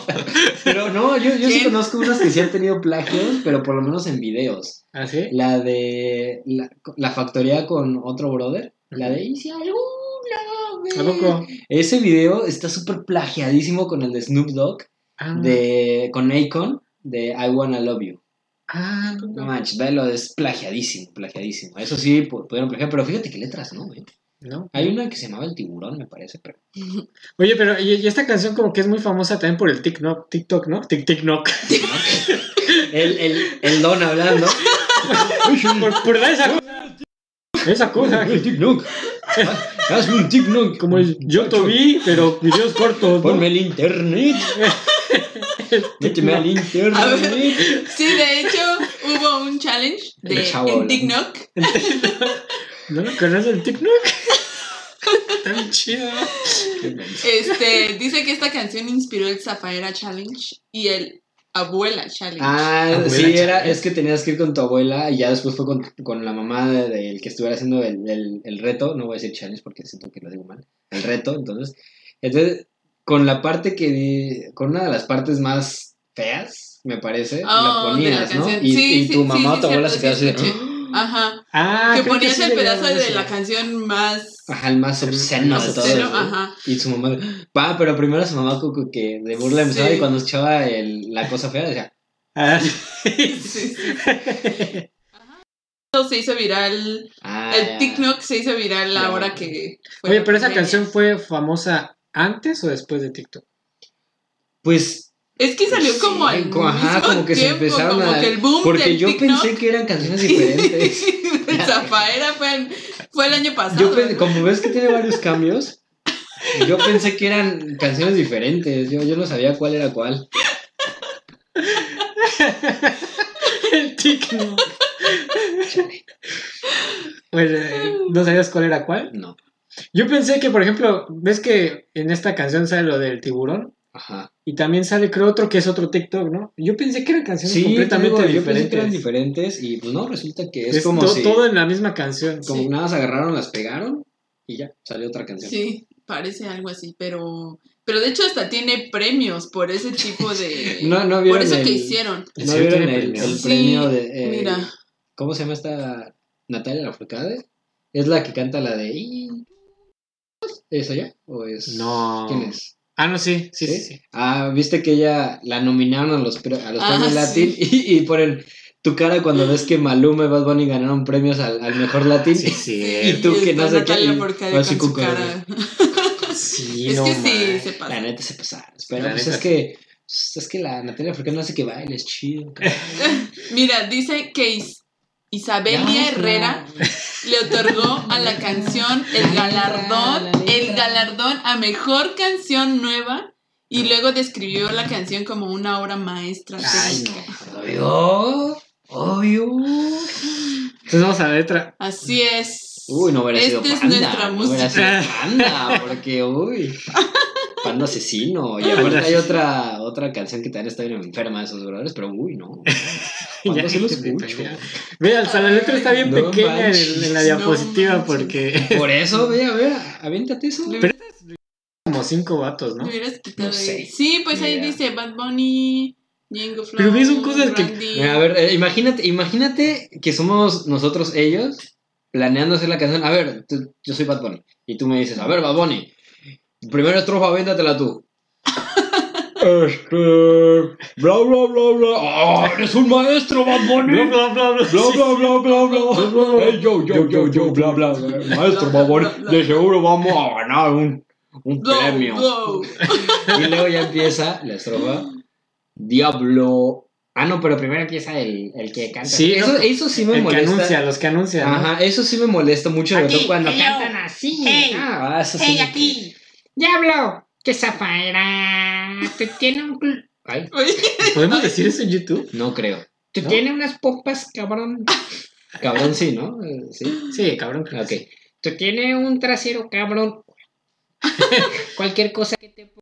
S3: Pero no, yo, yo sí
S4: ¿Quién?
S3: conozco unas que sí han tenido plagios, pero por lo menos en videos.
S2: ¿Ah, sí?
S3: La de la, la factoría con otro brother. La de Hice
S2: ¿A
S3: alguna vez.
S2: poco?
S3: Ese video está súper plagiadísimo con el de Snoop Dogg.
S2: Ah,
S3: De, con Akon. De I Wanna Love You.
S2: ah,
S3: No manches, velo, es plagiadísimo, plagiadísimo. Eso sí, pu- pudieron plagiar, pero fíjate que letras, ¿no? güey?
S2: no.
S3: Hay una que se llamaba El Tiburón, me parece, pero...
S2: Oye, pero y, y esta canción como que es muy famosa también por el TikTok, TikTok, ¿no? Tik- TikTok.
S3: El, el, el Don hablando.
S2: Por, por dar esa Esa cosa,
S3: Un tic-noc. Haz- Hazme un tic-noc.
S2: como el yo te vi, pero videos cortos. ¿no?
S3: Ponme el internet. Méteme al
S4: A ver.
S3: internet.
S4: Sí, de hecho, hubo un challenge de,
S3: El chavo
S4: en
S3: hablando.
S4: TikTok.
S2: ¿No lo conoces el TikTok? Está bien chido.
S4: Este, dice que esta canción inspiró el Zafaera Challenge y el Abuela Challenge.
S3: Ah,
S2: Abuela
S3: sí, era,
S2: Chávez.
S3: es que tenías que ir con tu abuela y ya después fue con, con la mamá de- del que estuviera haciendo el, el- el reto. No voy a decir challenge porque siento que lo digo mal. El reto, entonces. Entonces, con la parte que. di- Con una de las partes más feas, me parece,
S4: Oh,
S3: la
S4: de la
S3: Ah, ponías, ¿no?
S4: canción.
S3: Y,
S4: Sí,
S3: y
S4: sí,
S3: tu
S4: sí,
S3: mamá
S4: sí,
S3: o tu abuela se
S4: cierto,
S3: quedó
S4: sí,
S3: así de.
S4: escuché. Ajá.
S2: Ah,
S4: Que
S2: creo
S4: ponías
S2: sí
S4: el pedazo
S2: llegaron a
S4: de
S2: eso.
S4: la canción más.
S3: Ajá, el más obsceno
S2: Más
S3: de todos.
S4: obsceno,
S3: Ah, ¿no?
S4: ajá.
S3: Y su mamá, pa, pero primero su mamá como que de burla empezaba
S4: Sí.
S3: y cuando echaba el- la cosa fea decía,
S2: Ah,
S4: Sí, sí, sí. Ajá. Todo se hizo viral.
S3: ah,
S4: El
S3: ya".
S4: TikTok se hizo viral
S3: Ya.
S4: la hora que. fue
S2: Oye,
S4: la
S2: pero esa
S4: pandemia.
S2: canción fue famosa antes o después de TikTok.
S3: Pues,
S4: Es que salió
S3: sí,
S4: como al
S3: co- ajá,
S4: mismo
S3: como que se
S4: tiempo,
S3: empezaron
S4: como
S3: a...
S4: que el boom
S3: porque
S4: del
S3: yo
S4: TikTok
S3: pensé que eran canciones diferentes.
S4: el Zafaera fue, en- fue el año pasado.
S3: yo pen- como ves que tiene varios cambios, yo pensé que eran canciones diferentes, yo, yo no sabía cuál era cuál.
S2: El TikTok. Pues, eh, ¿no sabías cuál era cuál?
S3: No,
S2: Yo pensé que, por ejemplo, ves que en esta canción sale lo del tiburón
S3: ajá.
S2: y también sale, creo, otro que es otro TikTok, ¿no? Yo pensé que eran canciones
S3: Sí,
S2: completamente
S3: completamente yo pensé que
S2: diferentes.
S3: eran diferentes y pues no, resulta que es,
S2: es
S3: como
S2: to-
S3: si...
S2: todo en la misma canción.
S3: Como nada más agarraron, las pegaron y ya, salió otra canción.
S4: Sí, parece algo así, pero. Pero de hecho hasta tiene premios por ese tipo de.
S3: No, no
S4: por
S3: vieron
S4: eso
S3: el-
S4: que hicieron.
S3: ¿No
S2: Sí,
S3: vieron
S2: tiene
S3: el,
S2: premio.
S3: el
S4: Sí,
S3: premio de. eh,
S4: Mira.
S3: ¿Cómo se llama esta Natalia Lafourcade? ¿Es la que canta la de. "Y-"? ¿Es ella? ¿O es.?
S2: No.
S3: ¿Quién es?
S2: Ah, no, sí, sí, sí. sí.
S3: Ah, viste que ella la nominaron a los, pre- a los
S4: Ah,
S3: premios
S4: sí.
S3: Latin y, y por el, tu cara cuando ves que Maluma y Bad Bunny ganaron premios al, al mejor Latin.
S2: Sí,
S3: Y tú que
S4: está
S3: no sé qué,
S4: Natalia
S3: y-
S4: Forcade
S3: pues sí,
S4: con su
S3: cucaracha.
S4: cara.
S2: sí,
S4: Es
S2: no
S4: que sí,
S2: manches.
S4: se
S3: La
S4: pasa.
S3: neta se pasaron. Pero
S2: La
S3: pues
S2: neta
S3: es que. pues, Es que la Natalia Lafourcade no hace que baile, es chido.
S4: Mira, dice que Is- Isabelia Herrera le otorgó a la canción el galardón, el galardón a mejor canción nueva y luego describió la canción como una obra maestra.
S3: Ay, no. Obvio. Obvio.
S2: Entonces vamos a la letra.
S4: Así es.
S3: Uy, no hubiera sido
S4: Esta Este es
S3: panda.
S4: nuestra
S3: no hubiera sido
S2: música.
S3: panda, porque uy. Panda asesino. Y aparte hay otra, otra canción que también está bien enferma de esos brothers, pero uy, no.
S2: Ya
S3: Cuando se los
S2: te
S3: escucho.
S2: peleas. Vea, o sea, la letra está bien
S3: No
S2: pequeña en, el- en la
S3: manches.
S2: diapositiva
S4: No manches.
S2: porque
S3: Por eso, ve, a ver, aviéntate eso.
S4: Le-
S2: como cinco vatos, ¿no?
S4: le hubieras quitado
S3: No sé.
S4: ahí. Sí, pues ahí
S3: Mira.
S4: dice Bad Bunny, Django Flow.
S2: Pero ve, son cosas que-
S4: Randy.
S3: Mira, a ver, eh, imagínate, imagínate que somos nosotros ellos planeando hacer la canción. A ver, tú- yo soy Bad Bunny. Y tú me dices, a ver, Bad Bunny, primera estrofa, véntatela tú. Este. Bla, bla, bla, bla. ¡Ah, eres un maestro, Bad Bunny!
S2: Bla, bla, bla, bla.
S3: Bla, bla, bla, bla, bla, bla, bla. Hey, yo, yo, yo, yo, bla, bla. Maestro, Bad Bunny, de seguro vamos a ganar un, un
S4: Blow,
S3: premio.
S4: blow.
S3: Y luego ya empieza la estrofa. Diablo. Ah, no, pero primero empieza el, el que canta.
S2: Sí,
S3: eso,
S2: no,
S3: eso sí me
S2: el que
S3: molesta.
S2: anuncia, los que anuncian. ¿no?
S3: Ajá, eso sí me molesta mucho sobre todo cuando
S5: hello.
S3: cantan así.
S5: Hey.
S3: ah, eso sí.
S5: Hey, aquí.
S3: Diablo, que zafaera. Te tiene un. cul- Ay,
S2: ¿Podemos decir eso en YouTube?
S3: no creo. Te
S2: ¿No?
S3: tiene unas popas, cabrón. cabrón, sí, ¿no? Eh, Sí.
S2: Sí, cabrón. creo
S3: Ok.
S2: que sí.
S3: Te tiene un trasero, cabrón. Cualquier cosa que te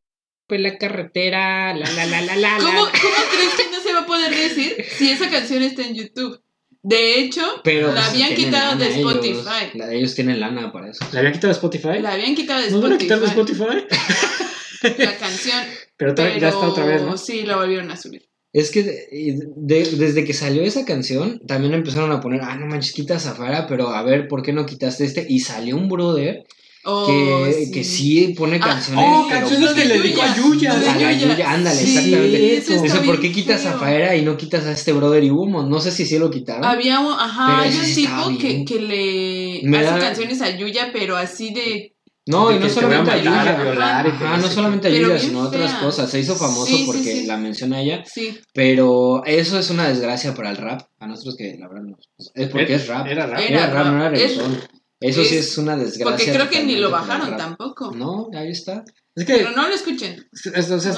S3: en la carretera. La, la, la, la, la.
S4: ¿Cómo,
S3: la.
S4: cómo crees que no se va a poder decir si esa canción está en YouTube? De hecho,
S3: Pero pues,
S4: La habían
S3: tienen
S4: quitado de
S3: lana ellos.
S4: Spotify.
S3: La de ellos tienen lana para eso.
S2: ¿La habían quitado de Spotify?
S4: la habían quitado de
S2: ¿Nos van a quitar de
S4: Spotify.
S2: Spotify?
S4: La canción,
S2: Pero, otra-
S4: pero
S2: ya está otra vez, ¿no?
S4: sí la volvieron a subir.
S3: Es que de- de- desde que salió esa canción, también empezaron a poner, ah, no manches, quita a Zafara, pero a ver, ¿por qué no quitaste este? Y salió un brother
S4: Oh,
S3: que, que sí. pone
S4: Ah,
S3: canciones.
S2: Oh,
S3: pero- pues,
S2: canciones que le dijo a Yuya.
S4: Lo de
S3: A la
S4: Yuya.
S3: Yuya, ándale,
S4: Sí,
S3: exactamente.
S4: eso
S2: O
S3: O
S4: está
S3: sea, ¿por qué
S4: bien
S3: quitas a
S4: feo. Ah,
S3: Zafara y no quitas a este brother y humo? No sé si sí lo quitaron.
S4: Había un, ajá,
S3: Pero
S4: hay
S3: ese
S4: un
S3: sí estaba
S4: tipo que,
S3: bien.
S4: que le
S3: Me
S4: hace
S3: da-
S4: canciones a Yuya, pero así de
S3: No,
S2: De
S3: y no
S2: que te voy a
S3: solamente
S2: matar,
S3: a
S2: a
S3: Yuya.
S2: violar y que
S3: Ajá,
S2: no
S3: no
S2: sé
S3: solamente a
S4: Pero
S3: Yuya,
S4: bien
S3: sino otras
S4: fea.
S3: cosas. Se hizo famoso
S4: Sí, sí,
S3: porque
S4: sí.
S3: la menciona ella.
S4: Sí,
S3: Pero eso es una desgracia para el rap. A nosotros que la verdad no. Es porque
S2: Era-
S3: es rap.
S2: Era rap.
S4: Era
S3: Era rap, no era
S4: rap. Es-
S3: reggaetón. Eso sí
S4: es-
S3: es una desgracia.
S4: porque creo que ni
S3: totalmente
S4: lo
S3: para el
S4: bajaron
S3: rap.
S4: tampoco.
S3: No, ahí está.
S2: Es que
S4: Pero no lo escuchen.
S2: es, o sea,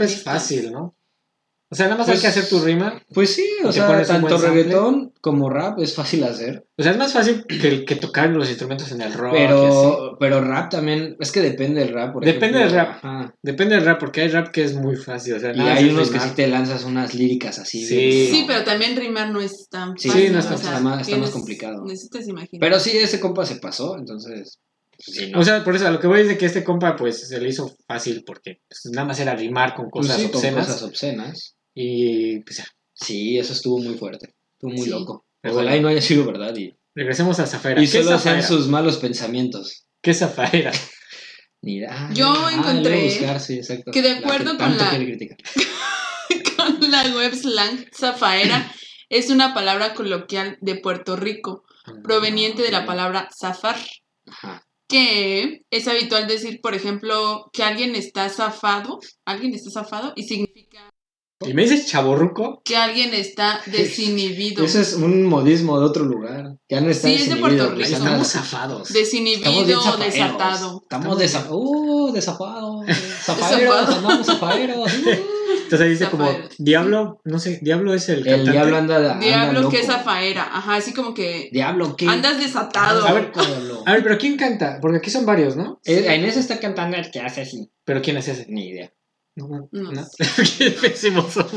S2: es fácil, ¿no? O sea, nada más hay
S3: Pues-
S2: que hacer tu rima.
S3: Pues sí, o
S2: Te
S3: sea,
S2: pones un
S3: tanto
S2: buen sample.
S3: reggaetón como rap es fácil hacer.
S2: O sea, es más fácil que, que tocar los instrumentos en el rock. y así.
S3: Pero, pero rap también, es que depende del rap. por
S2: Depende
S3: ejemplo.
S2: del rap.
S3: Ajá.
S2: Depende del rap, porque hay rap que es muy fácil. O sea,
S3: Y
S2: nada más
S3: hay
S2: es
S3: unos que
S2: rimar.
S3: sí te lanzas unas líricas así.
S2: Sí.
S3: bien.
S4: Sí, pero también rimar no es tan
S3: Sí,
S4: fácil.
S2: sí, no
S4: o
S2: está-
S4: sea,
S3: está más- está más
S4: tienes-
S3: complicado.
S4: Necesitas imaginar.
S3: Pero sí, ese compa se pasó, entonces. pues, sí, no.
S2: O sea, por eso a lo que voy es de que este compa pues se le hizo fácil porque pues, nada más era rimar con
S3: Pues
S2: cosas
S3: sí, con
S2: obscenas
S3: cosas obscenas.
S2: y pues ya.
S3: Sí, eso estuvo muy fuerte. Estuvo muy
S4: Sí.
S3: loco.
S2: Pero
S3: Ojalá y no haya sido verdad. Y,
S2: Regresemos a Zafaira.
S3: y
S2: ¿Qué
S3: solo sean
S2: Zafaira?
S3: sus malos pensamientos.
S2: ¿Qué Zafaira?
S3: Ni, ah,
S4: Yo
S3: ah,
S4: encontré
S3: luego buscar, sí, exacto.
S4: que de
S3: La
S4: acuerdo con
S3: tanto
S4: la-
S3: quiere criticar.
S4: Con la web slang zafaera es una palabra coloquial de Puerto Rico, proveniente de la palabra zafar,
S3: Ajá.
S4: que es habitual decir, por ejemplo, que alguien está zafado, alguien está zafado y significa
S2: ¿Y me dices chaborruco?
S4: que alguien está desinhibido.
S3: Ese es un modismo de otro lugar. Ya no está
S4: Sí, es de
S3: desinhibido,
S4: Puerto
S3: ya
S4: Rico.
S3: nada.
S2: Estamos zafados.
S3: Estamos bien
S4: Desinhibido o
S3: zafaeros.
S4: desatado.
S3: Estamos desafados. Uh, desafados. Zafaeros,
S4: Desafados.
S3: andamos zafaeros. Uh.
S2: Entonces ahí dice como
S4: Zafaira.
S2: Diablo, no sé, Diablo es el,
S3: El
S2: cantante.
S3: diablo anda. anda
S4: Diablo
S3: loco.
S4: que es zafaera. Ajá, así como que
S3: Diablo que.
S4: andas desatado.
S2: A ver,
S3: Colo.
S2: A ver, pero ¿quién canta? Porque aquí son varios, ¿no?
S3: Eh, En ese está cantando el que hace así.
S2: Pero ¿quién es ese?
S3: Ni idea.
S2: No, no,
S4: No
S2: no. Qué pésimos somos.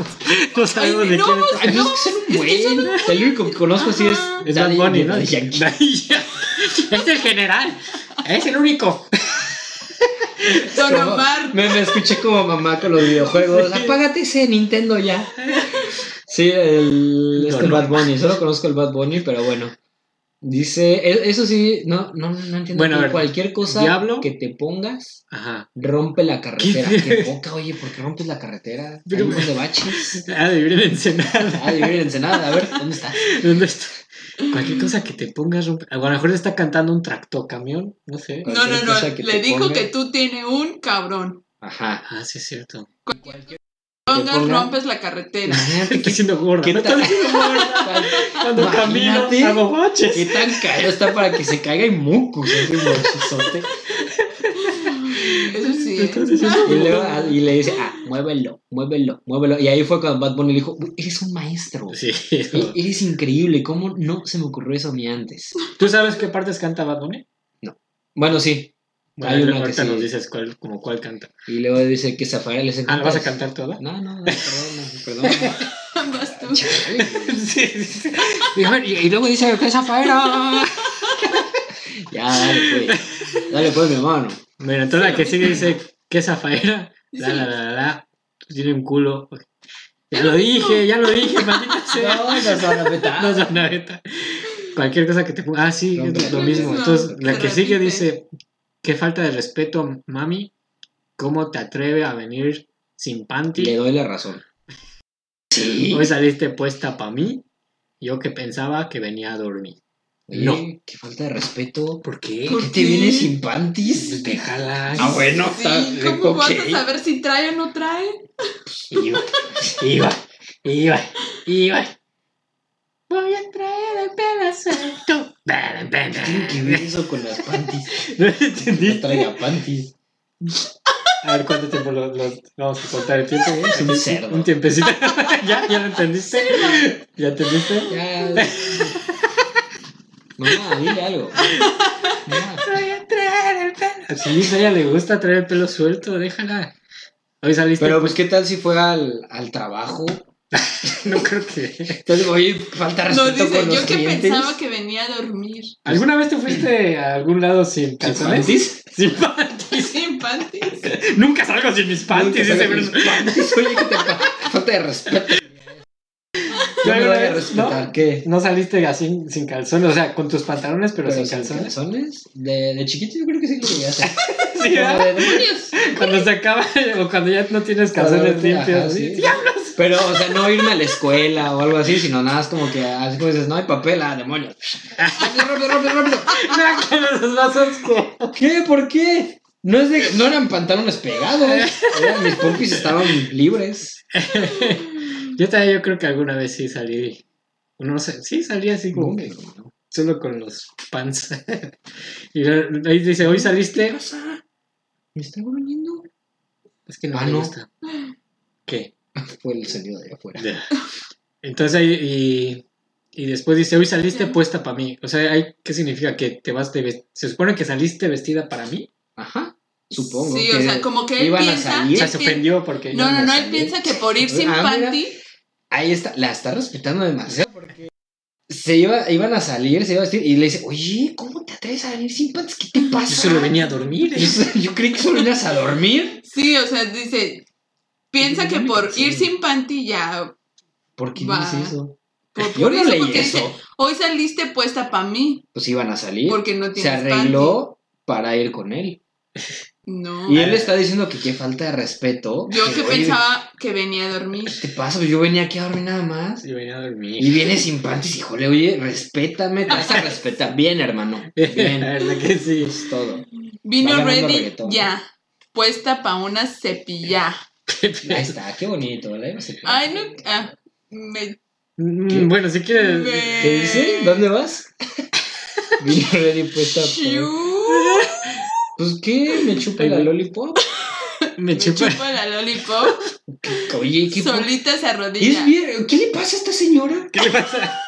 S2: No sabemos
S4: Ay,
S2: de
S4: no,
S2: quién es.
S3: Ay, pues es que son un buen. El único que conozco así es.
S4: Ajá.
S2: Pues Es Bad
S3: Daddy-
S2: Bunny, ¿no?
S3: Daddy Yankee.
S2: Daddy Yankee. Es el general. Es el único.
S4: Don
S3: Como-
S4: Omar.
S3: Me, me escuché como mamá con los videojuegos. Apágate ese Nintendo ya. Sí, el, este
S2: Dolor.
S3: Bad Bunny. Solo conozco el Bad Bunny, pero bueno. Dice, e- eso sí, no, no, no entiendo.
S2: Bueno, a
S3: que
S2: ver,
S3: cualquier cosa
S2: Diablo.
S3: que te pongas
S2: Ajá.
S3: rompe la carretera.
S2: ¿Qué?
S3: ¿Qué, poca, oye, ¿por qué rompes la carretera? Hay
S2: Pero-
S3: un montón de baches.
S2: Ah, de vivir en Ensenada.
S3: Ah, de vivir en Ensenada. A ver, ¿dónde está?
S2: ¿Dónde está? Cualquier cosa que te pongas rompe. A lo mejor está cantando un tractocamión, no sé.
S4: No, no,
S3: cualquier
S4: no.
S3: cosa que
S4: Le
S3: te
S4: dijo
S3: ponga.
S4: que tú tienes un cabrón.
S3: Ajá.
S2: Ah, sí es cierto.
S4: Pongas,
S3: ponga-
S4: rompes la carretera.
S3: Imagínate
S2: Estoy
S3: qué,
S2: siendo gorda.
S3: ¿Qué
S2: Me
S3: tal?
S2: estoy siendo gorda. Cuando camino
S3: Imagínate.
S2: hago baches.
S3: qué tan caro está para que se caiga y mucus. Ese mochizote.
S4: Eso sí. ¿eh?
S2: Entonces, eso-
S3: Y, luego- y le dice, ah, muévelo, muévelo, muévelo. Y ahí fue cuando Bad Bunny le dijo, "Uy, eres un maestro.
S2: Sí.
S3: E- Eres increíble, ¿cómo no se me ocurrió eso a mí antes?
S2: ¿Tú sabes qué partes canta Bad Bunny?
S3: Bueno, sí.
S2: Bueno,
S3: Hay
S2: ahí
S3: una que
S2: ahorita
S3: sí.
S2: nos dices cuál, como cuál canta.
S3: Y luego dice que Zafara le dice, "Pues,
S2: Ah, ¿la vas a cantar toda?
S3: No, no, no, perdón, perdón.
S4: Vas tú.
S3: Chale, güey.
S2: Sí, sí. Y, a ver, y- y luego dice que es afuera.
S3: ya, dale, pues. Dale, pues, mi hermano.
S2: Bueno, entonces la que sigue dice que es afaera. La, la, la, la, la. pues Tiene un culo. Ya lo dije, ya lo dije, maldita sea.
S3: No, no, no, no,
S2: No
S3: no,
S2: es una neta. Cualquier cosa que te ponga. Ah, sí,
S3: No,
S2: es lo
S3: hombre.
S2: mismo.
S4: No,
S2: Entonces, la
S4: se
S2: que sigue
S4: repite.
S2: dice: Qué falta de respeto, mami. ¿Cómo te atreves a venir sin
S3: Le
S2: panty?
S3: doy la razón. Sí.
S2: Hoy saliste puesta para mí. Yo que pensaba que venía a dormir.
S3: Oye,
S2: No.
S3: Qué falta de respeto.
S2: ¿Por qué?
S3: ¿Por qué te vienes sin panties?
S2: Déjala.
S3: Ah, bueno,
S4: Pues Sí,
S3: está
S4: ¿Cómo vas a
S3: ok.
S4: saber si trae o no trae?
S2: Iba, iba, iba, iba. Voy a traer el pelo suelto. Ven, ven,
S3: Tiene que ver
S2: ven.
S3: eso con las panties.
S2: ¿No
S3: No
S2: entendiste?
S3: traiga panties.
S2: A ver cuánto tiempo lo, lo- vamos a contar el tiempo. güey?
S3: Es un cerdo.
S2: Un tiempecito. ¿Ya? ¿Ya lo entendiste? ¿Ya entendiste?
S3: Ya. Mamá, dile algo. Mamá.
S2: Voy a traer el pelo. Sí, a ella le gusta traer el pelo suelto, déjala. Hoy saliste.
S3: Pero pues qué tal si fue al, al trabajo.
S2: no creo que.
S3: Entonces, oye, falta
S4: No,
S3: respeto
S4: dice,
S3: con los
S4: yo que
S3: clientes.
S4: pensaba que venía a dormir.
S2: ¿Alguna vez te fuiste a algún lado sin
S3: ¿Tus
S2: calzones?
S3: panties?
S2: Sin panties.
S4: Sin panties.
S2: Nunca salgo sin mis panties,
S3: Nunca
S2: dice
S3: salgo
S2: Bruce.
S3: sin panties. Oye, que te pa- falta de respeto.
S2: Yo
S3: Yo me
S2: alguna
S3: voy a
S2: vez,
S3: respetar. ¿Qué?
S2: No saliste así sin calzones, o sea, con tus pantalones, pero, sin calzones.
S3: calzones? De, de chiquito yo creo que sí lo voy a hacer.
S2: Sí, ¿verdad?
S3: Como de demonios.
S2: Cuando se acaba, o cuando ya no tienes calzones
S3: Ajá,
S2: limpios.
S3: sí.
S2: ¿sí? ¡Diablos!
S3: Pero, o sea, no irme a la escuela o algo así, sino nada, es como que así como dices, no hay papel, ah, demonios. Rápido, rápido, rápido, rápido.
S2: No, que los vasos que-
S3: ¿Qué? ¿Por qué? No, es de- no eran pantalones pegados. eran- mis pompis estaban libres.
S2: Yo también yo creo que alguna vez sí salí. No sé, sí salí así como que solo con los pants. y lo- ahí dice, hoy saliste.
S3: pasa? ¿Me está gruñendo?
S2: Es que no
S3: Ah,
S2: me
S3: no.
S2: gusta. ¿Qué?
S3: Fue el sonido de afuera.
S2: Entonces ahí y, y después dice, hoy saliste puesta para mí. O sea, ahí, ¿qué significa? Que te vas de ves- Se supone que saliste vestida para mí.
S3: Ajá, supongo.
S4: Sí,
S3: que-
S4: o sea, como que él
S3: iban a
S4: piensa.
S3: salir.
S2: O sea,
S4: él
S2: se
S4: pi-
S2: ofendió porque...
S4: No, no, no, él
S3: salir.
S4: piensa que por ir sin
S3: Ah, mira.
S4: panty.
S3: Ahí está, la está respetando demasiado porque se iba, iban a salir, se iba a vestir y le dice, oye, ¿cómo te atreves a venir sin pants? ¿Qué te pasa?
S2: Yo solo venía a dormir.
S3: Yo, so- yo creí que solo venías a dormir.
S4: Sí, o sea, dice. Piensa que por ir sin panty ya.
S3: ¿Por qué
S4: Va.
S3: dices eso?
S4: Por,
S3: Yo
S4: por
S3: no
S4: eso,
S3: leí
S4: porque
S3: eso.
S4: dice, hoy saliste puesta para mí.
S3: Pues iban a salir.
S4: Porque no
S3: se
S4: tienes panty.
S3: arregló para ir con él.
S4: No.
S3: Y él le está diciendo que qué falta de respeto.
S4: Yo que
S3: Oye,
S4: pensaba que venía a dormir.
S3: ¿Qué te pasa? Pues yo venía aquí a dormir nada más.
S2: Yo venía a dormir.
S3: Y viene sin panties, híjole, oye, respétame, te vas a respetar. Bien, hermano.
S2: La
S3: Bien.
S2: verdad que sí.
S3: Es todo. Va
S4: Vino
S3: ganando
S4: ready
S3: reggaetón.
S4: ya. Puesta para una cepilla.
S3: Ahí está, qué bonito, ¿la iba a aceptar.
S4: Ay, no. ah, me-
S2: Mm, Bueno, si quieres...
S4: me-
S3: ¿Qué dice? ¿Dónde vas? Vino ready puesta. por-
S4: Chiu,
S3: Pues qué, me chupa la lollipop.
S2: Me
S4: Me
S2: chupa.
S4: chupa la lollipop.
S3: Oye, qué po-
S4: Solita se arrodilla.
S3: es bien. ¿Qué le pasa a esta señora?
S2: ¿Qué le pasa?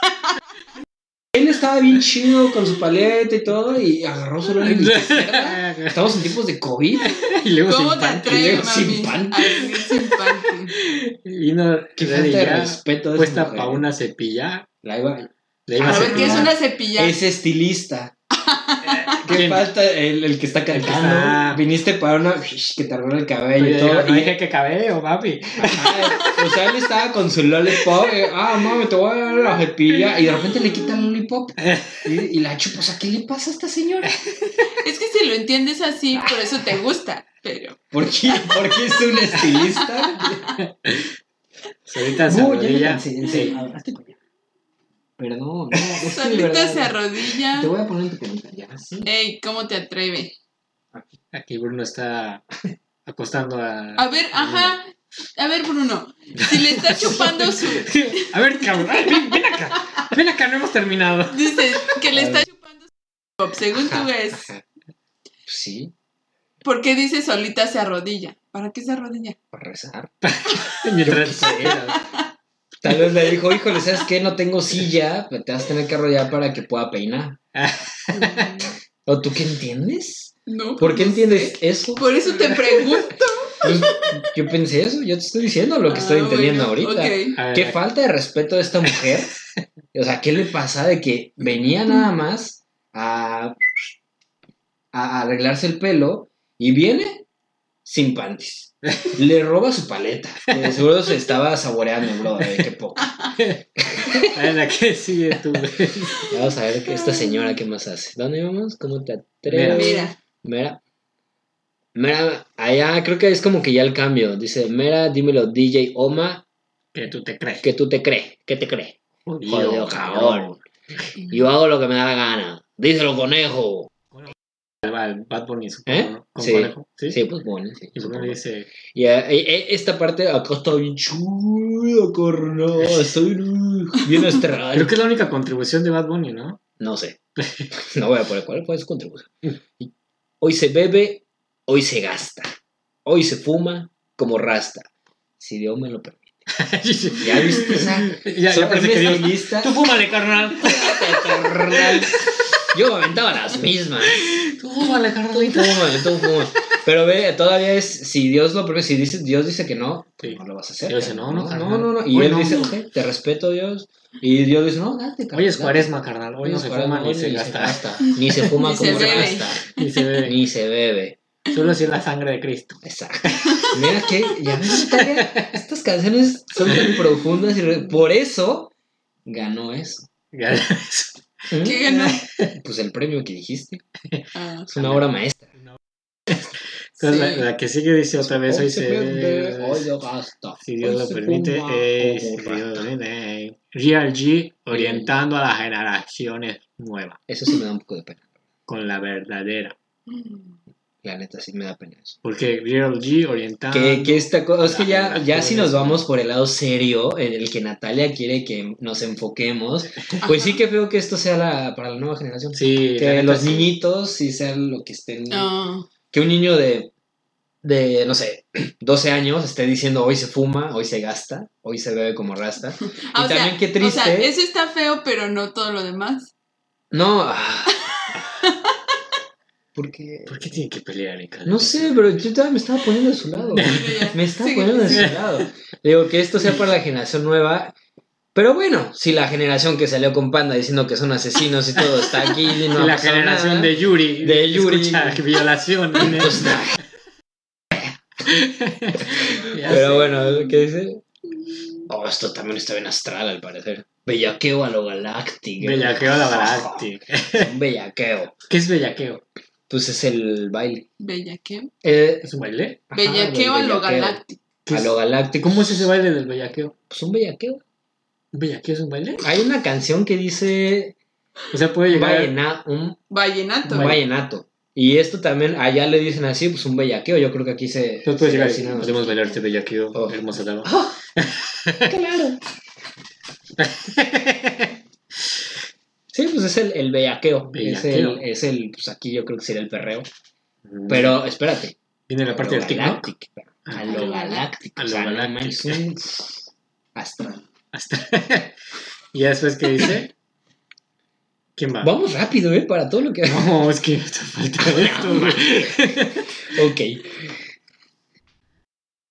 S3: Él estaba bien chido con su paleta y todo y agarró su lollipop. Estamos en tiempos de COVID.
S2: y luego
S4: ¿Cómo
S2: sin
S4: te
S2: pan.
S4: atreves,
S3: luego sin
S4: mami?
S3: panty.
S4: A venir sin panty.
S2: Y no,
S3: Qué
S2: le
S3: falta de
S2: diría,
S3: respeto de esa
S2: puesta
S3: mujer.
S2: para una cepilla.
S3: La iba-
S2: Le iba
S4: A ver,
S2: cepillar.
S4: ¿qué es una cepilla?
S3: Ah, Es estilista. ¿Qué
S2: ¿Quién?
S3: falta el, el que está
S2: que
S3: cantando?
S2: está-
S3: Viniste para una que te arruinó el cabello
S2: Oye,
S3: y todo.
S2: no
S3: y-
S2: dije que cabello, papi.
S3: Ajá, o sea, él estaba con su lollipop. eh, ah, mami, te voy a dar la cepilla. Y de repente le quita el lollipop. Y, y la chupa. O sea, ¿qué le pasa a esta señora?
S4: Es que si lo entiendes así, por eso te gusta. Pero
S3: ¿Por qué, por qué es un estilista?
S2: Solita se
S3: No, ya me
S2: arrodilla.
S3: cansé, en serio, hablaste con ella. Perdón, no, es que de
S4: solita
S3: verdad,
S4: se arrodilla.
S3: Te voy a poner en tu comida, ya, sí.
S4: Ey, ¿cómo te atreve?
S2: Aquí Bruno está acostando a.
S4: A ver, ajá. A ver, Bruno. Si le está chupando su.
S2: A ver, cabrón. ay, Ven, ven acá. Ven acá, no hemos terminado.
S4: Dice que le está chupando su. pop, Según tú ves.
S3: Sí,
S4: ¿Por qué dice solita se arrodilla? ¿Para qué se arrodilla?
S3: por rezar.
S2: Mientras.
S3: Tal vez le dijo, híjole, ¿sabes qué? No tengo silla, pero te vas a tener que arrodillar para que pueda peinar. ¿O tú qué entiendes?
S4: No.
S3: ¿Por qué
S4: no
S3: entiendes
S4: sé.
S3: eso?
S4: Por eso te pregunto.
S3: Pues, yo pensé eso, yo te estoy diciendo lo que estoy
S4: Ah,
S3: entendiendo
S4: bueno,
S3: ahorita.
S4: ok.
S2: A ver,
S3: Qué falta de respeto de esta mujer. O sea, ¿qué le pasa de que venía nada más a, a arreglarse el pelo y viene sin panties? Le roba su paleta. que de seguro se estaba saboreando, bro. de qué poco.
S2: la verdad que sí, tú.
S3: Vamos a ver que esta señora qué más hace. ¿Dónde vamos? ¿Cómo te
S2: Mira.
S3: atreves?
S4: Mira.
S3: Mira. Mira, allá creo que es como que ya el cambio. Dice, Mira, dímelo, DJ Oma,
S2: Que tú te crees.
S3: que tú te crees. ¿Qué te crees? Jodido
S2: Jodido,
S3: cabrón.
S2: Mm.
S3: Yo hago lo que me da la gana. Díselo, conejo.
S2: Va el Bad Bunny, supongo.
S3: ¿Eh?
S2: ¿no? Con
S3: Sí.
S2: conejo. Sí.
S3: Sí, pues bueno. sí,
S2: Y Bruno
S3: supongo.
S2: dice.
S3: Y eh, eh, esta parte acá está bien chula, corno. Estoy bien
S2: Creo
S3: astral.
S2: que es la única contribución de Bad Bunny, ¿no?
S3: No sé. No voy a poner cuál fue su contribución. Hoy se bebe, hoy se gasta. Hoy se fuma como rasta. Si Dios me lo permite. ¿Ya viste esa?
S2: Ya, ya pensé que Dios.
S3: lista.
S2: Tú fúmale, carnal.
S3: Ah, Yo me aventaba las mismas.
S2: Tú fúmale,
S3: Tú
S2: carnalita.
S3: fuma, tú fuma. Pero ve, todavía es, si Dios lo permite, si dice, Dios dice que no, pues
S2: Sí.
S3: no lo vas a hacer.
S2: Dios dice, no, no,
S3: no,
S2: carnal.
S3: no, no. Y
S2: Hoy
S3: él
S2: no.
S3: dice, ok, te respeto, Dios. Y Dios dice, no, date, carnal.
S2: Hoy es
S3: date.
S2: cuaresma, carnal. Hoy no
S3: es
S2: se
S3: cuaresma,
S2: fuma ni
S3: hoy
S2: se gasta.
S3: Ni se fuma
S4: Ni se
S3: como
S4: bebe.
S3: gasta.
S2: Ni se bebe.
S3: Ni se bebe.
S2: Solo si es la sangre de Cristo.
S3: Exacto. Mira que, ya ves, Natalia, estas canciones son tan profundas y re- por eso ganó eso.
S2: Ya,
S4: ¿Qué ganó?
S3: Pues el premio que dijiste.
S4: Ah.
S3: Es una obra maestra.
S2: Entonces,
S4: Sí.
S2: la, la que sigue dice otra vez, hoy Pues se
S3: vende, hoy
S2: ve...
S3: lo gasta.
S2: Si Dios
S3: Hoy
S2: lo
S3: se
S2: permite,
S3: fuma
S2: eh, si
S3: como
S2: Dios
S3: rata.
S2: lo permite, eh. Real G orientando a las generaciones nuevas
S3: Eso sí me da un poco de pena.
S2: con la verdadera.
S3: La neta, sí me da pena eso.
S2: Porque Real G orientando...
S3: Que, que esta cosa, es que
S2: Ah,
S3: ya, ya si nos
S2: Exacto.
S3: vamos por el lado serio, en el que Natalia quiere que nos enfoquemos, pues sí que veo que esto sea la, para la nueva generación.
S2: Sí, la
S3: que
S2: neta,
S3: los
S2: sí.
S3: niñitos sí sean lo que estén.
S4: No.
S3: Que un niño de, de, no sé, 12 años esté diciendo hoy se fuma, hoy se gasta, hoy se bebe como rasta.
S4: Ah,
S3: Y
S4: o sea,
S3: también qué
S4: O sea,
S3: triste.
S4: eso está feo, pero no todo lo demás.
S3: No. ah. Porque.
S2: ¿Por qué tienen que pelear en cada
S3: No sé, pero yo también me estaba poniendo de su lado. güey.
S4: Pero ya.
S3: Me estaba
S4: Sigue,
S3: poniendo de
S4: sigue.
S3: su lado. Le Digo que esto sea para la generación nueva. Pero bueno, si la generación que salió con Panda diciendo que son asesinos y todo está aquí y no
S2: Y
S3: ha
S2: la
S3: pasado
S2: generación
S3: nada,
S2: de Yuri.
S3: De Yuri.
S2: Escucha, violación.
S3: pues, nah.
S2: Ya sé.
S3: Pero bueno, ¿qué dice? Oh, esto también está bien astral al parecer. Bellaqueo a lo galáctico.
S2: Bellaqueo a la Galactic.
S3: Un bellaqueo.
S2: ¿Qué es bellaqueo?
S3: Pues es el baile.
S4: Bellaqueo.
S3: Eh,
S2: ¿Es un baile?
S3: ajá,
S4: Bellaqueo a
S3: del
S4: lo
S3: bellaqueo.
S4: galáctico.
S3: A lo galáctico.
S2: Pues, ¿Cómo es ese baile del bellaqueo?
S3: Pues un bellaqueo.
S2: ¿Un bellaqueo es un baile?
S3: Hay una canción que dice
S2: O sea, puede llegar.
S3: Vallena, un,
S4: Vallenato.
S3: un vallenato. Y esto también, allá le dicen así, pues un bellaqueo. Yo creo que aquí se.
S2: Entonces puede
S3: se
S2: llegar y decir,
S3: relaciona.
S2: podemos bailar este bellaqueo,
S3: Oh.
S2: hermosa dama.
S3: Claro. Sí, pues es el, el bellaqueo. Es
S2: Bellaqueo.
S3: el, es el, pues aquí yo creo que sería el perreo. Pero espérate.
S2: Viene la parte
S3: A
S2: del
S3: lo
S2: TikTok.
S3: galáctico, A lo galáctico.
S2: Ah, A lo
S3: o sea, no
S2: galáctico.
S3: manches, un- Astral.
S2: Hasta... y ya después, ¿qué dice? ¿Quién va?
S3: Vamos rápido, ¿eh? Para todo lo que.
S2: Ah. No, es que está falta de esto, güey.
S3: Ok.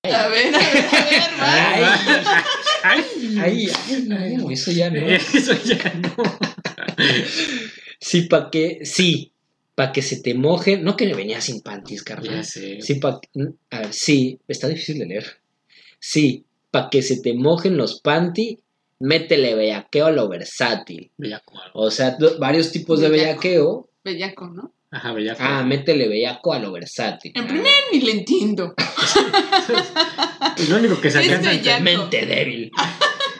S4: A ver, a ver, a ver, va.
S3: Ay,
S2: Ay,
S3: ay, ay, no, eso ya no.
S2: Eso ya no.
S3: Sí, pa' que. Sí, pa' que se te moje. No que venía sin panties, carnal.
S2: Ya sé.
S3: Sí, pa... A ver, sí, está difícil de leer. Sí, para que se te mojen los panty, métele bellaqueo a lo versátil.
S2: Bellaco. algo.
S3: O sea, do- varios tipos de bellaqueo.
S4: Bellaco, ¿no?
S2: Ajá, bellaco.
S3: Ah, métele bellaco a lo versátil.
S4: En primer ni le entiendo.
S2: Lo único que se
S4: Es
S2: alcanza. a
S4: bellaco.
S3: Ah, Mente débil.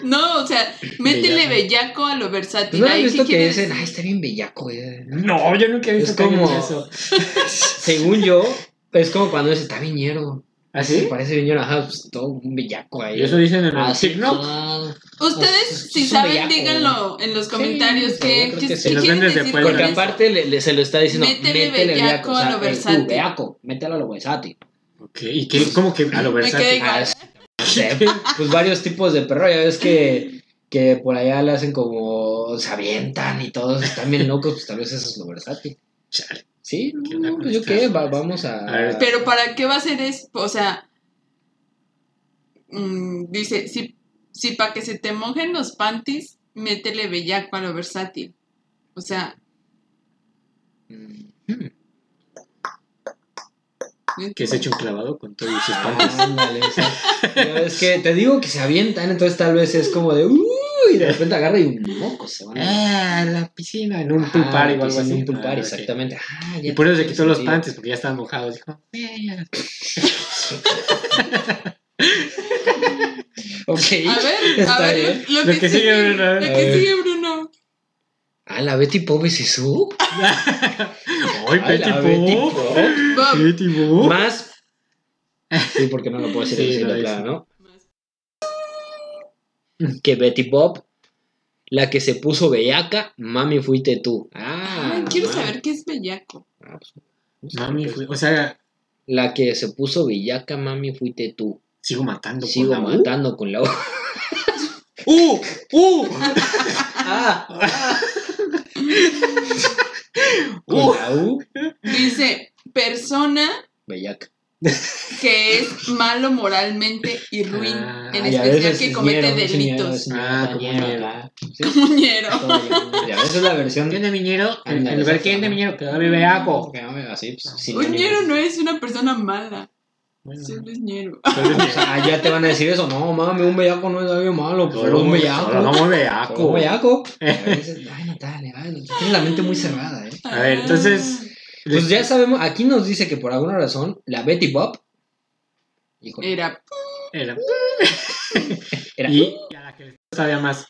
S4: No, o sea, métele bellaco, a lo versátil.
S3: ¿No han
S4: Ay, ¿qué
S3: visto que
S4: quieres?
S3: dicen, ay, está bien bellaco? eh"?
S2: No, yo nunca he visto
S3: Es
S2: que
S3: como-
S2: como... eso.
S3: Según yo, es como cuando dices, está viñero.
S2: ¿Así?
S3: Parece viñero, ajá, pues todo un bellaco ahí.
S2: ¿Ah, Y eso dicen en el
S3: Así,
S2: TikTok.
S3: ah.
S4: Ustedes,
S3: Pues,
S4: si
S3: es un
S4: saben,
S3: bellaco.
S4: díganlo en los comentarios.
S3: sí, yo
S4: ¿Qué,
S3: creo
S4: qué-
S3: que sí.
S4: qué
S2: Nos
S4: quieren
S2: ven desde
S4: decir
S2: Puebla.
S4: con
S3: Porque
S2: Bueno,
S4: eso?
S3: aparte le, le- se lo está diciendo,
S4: Métele
S3: métele,
S4: bellaco
S3: bellaco, o sea,
S4: a lo
S3: eh,
S4: versátil".
S3: uh, bellaco, mételo a lo versátil.
S2: Ok, ¿y qué? ¿Cómo que a lo
S4: Me quedé
S2: versátil?
S4: igual.
S3: Ah, es- no sé, pues varios tipos de perro, ya ves que, que por allá le hacen como, se avientan y todos están bien locos, pues tal vez eso es lo versátil.
S2: Chale.
S3: Sí, no,
S2: ¿Qué onda con
S3: pues, yo
S2: estas
S3: qué, va-
S2: cosas?
S3: vamos a...
S2: A ver.
S4: Pero ¿para qué va a ser eso? O sea, mm, dice, si, si para que se te mojen los panties, métele bellaco a lo versátil. O sea,
S3: Mm.
S2: Que se eche un clavado con todo y sus panties.
S3: Ándale, o sea, ya ves que te digo que se avientan, entonces tal vez es como de, uh, y de repente agarra y un moco se van a...
S2: Ah, la piscina, en un
S3: Ajá,
S2: pulpar igual.
S3: pues, en
S2: así.
S3: un pool
S2: Ah,
S3: party,
S2: ok.
S3: exactamente. Ah,
S2: Y
S3: ya
S2: por eso se
S3: tiene
S2: quitó los
S3: sentido.
S2: panties porque ya estaban mojados. Dijo, "Eh, ya".
S3: Ok.
S4: a ver, a
S3: Está
S4: ver, lo, lo
S2: Lo
S4: que
S2: que sigue,
S4: sigue,
S2: Bruno.
S4: lo que sigue, Bruno.
S3: Ah, la Betty Pop es eso.
S2: ¡Ay,
S3: Ay, la
S2: Betty Boop!
S3: Betty
S4: Bob,
S2: Betty Boop.
S3: Más. Uh. Sí, porque no lo puedo decir
S2: Sí,
S3: así
S2: lo
S3: de
S2: dice.
S3: plano, ¿no? Que Betty Pop, la que se puso bellaca, mami fuiste tú. Ah,
S4: Ay, quiero
S3: ma-
S4: saber qué es bellaco.
S3: Ah, pues, no sé
S2: Mami,
S3: qué es.
S2: fui- o sea,
S3: La que se puso bellaca, mami fuiste tú.
S2: sigo matando.
S3: Sigo
S2: con la U.
S3: matando con la hoja.
S2: ¡Uh! ¡Uh! Ah.
S3: Con
S2: Uh.
S3: la U,
S4: Dice, persona
S3: bellaca.
S4: que es malo moralmente y ruin,
S2: Ah,
S4: en
S3: Ah, ya
S4: especial
S3: ves,
S4: que
S3: es
S4: comete
S3: ñero, es ñero, es
S4: delitos.
S3: ñero,
S2: Ah, como
S3: ñero,
S2: ñero.
S3: ah, sí.
S4: Muñero.
S3: Ya ves, es la versión
S2: ¿Quién de miñero? En
S3: Ándale,
S2: en lugar,
S3: esa
S2: ¿quién de
S3: forma.
S2: miñero? Que dame beaco.
S3: Que no me- así, pues, sin
S4: Uñero
S3: ánimo.
S4: no es una persona mala,
S2: Bueno,
S4: solo es ñero.
S2: solo
S3: O sea, allá te van a decir eso. No, mami, un bellaco no es algo malo. Pues, solo un bellaco.
S2: Solo como
S3: Solo un
S2: bellaco.
S3: bellaco. Y a veces, Ay, Natalia, ay, tienes la mente muy cerrada, ¿eh?
S2: A ver, entonces,
S3: Pues ya sabemos, aquí nos dice que por alguna razón la Betty Bob híjole,
S4: Ah, Era.
S2: Era.
S3: era- y,
S2: Y, y a la que le sabía más.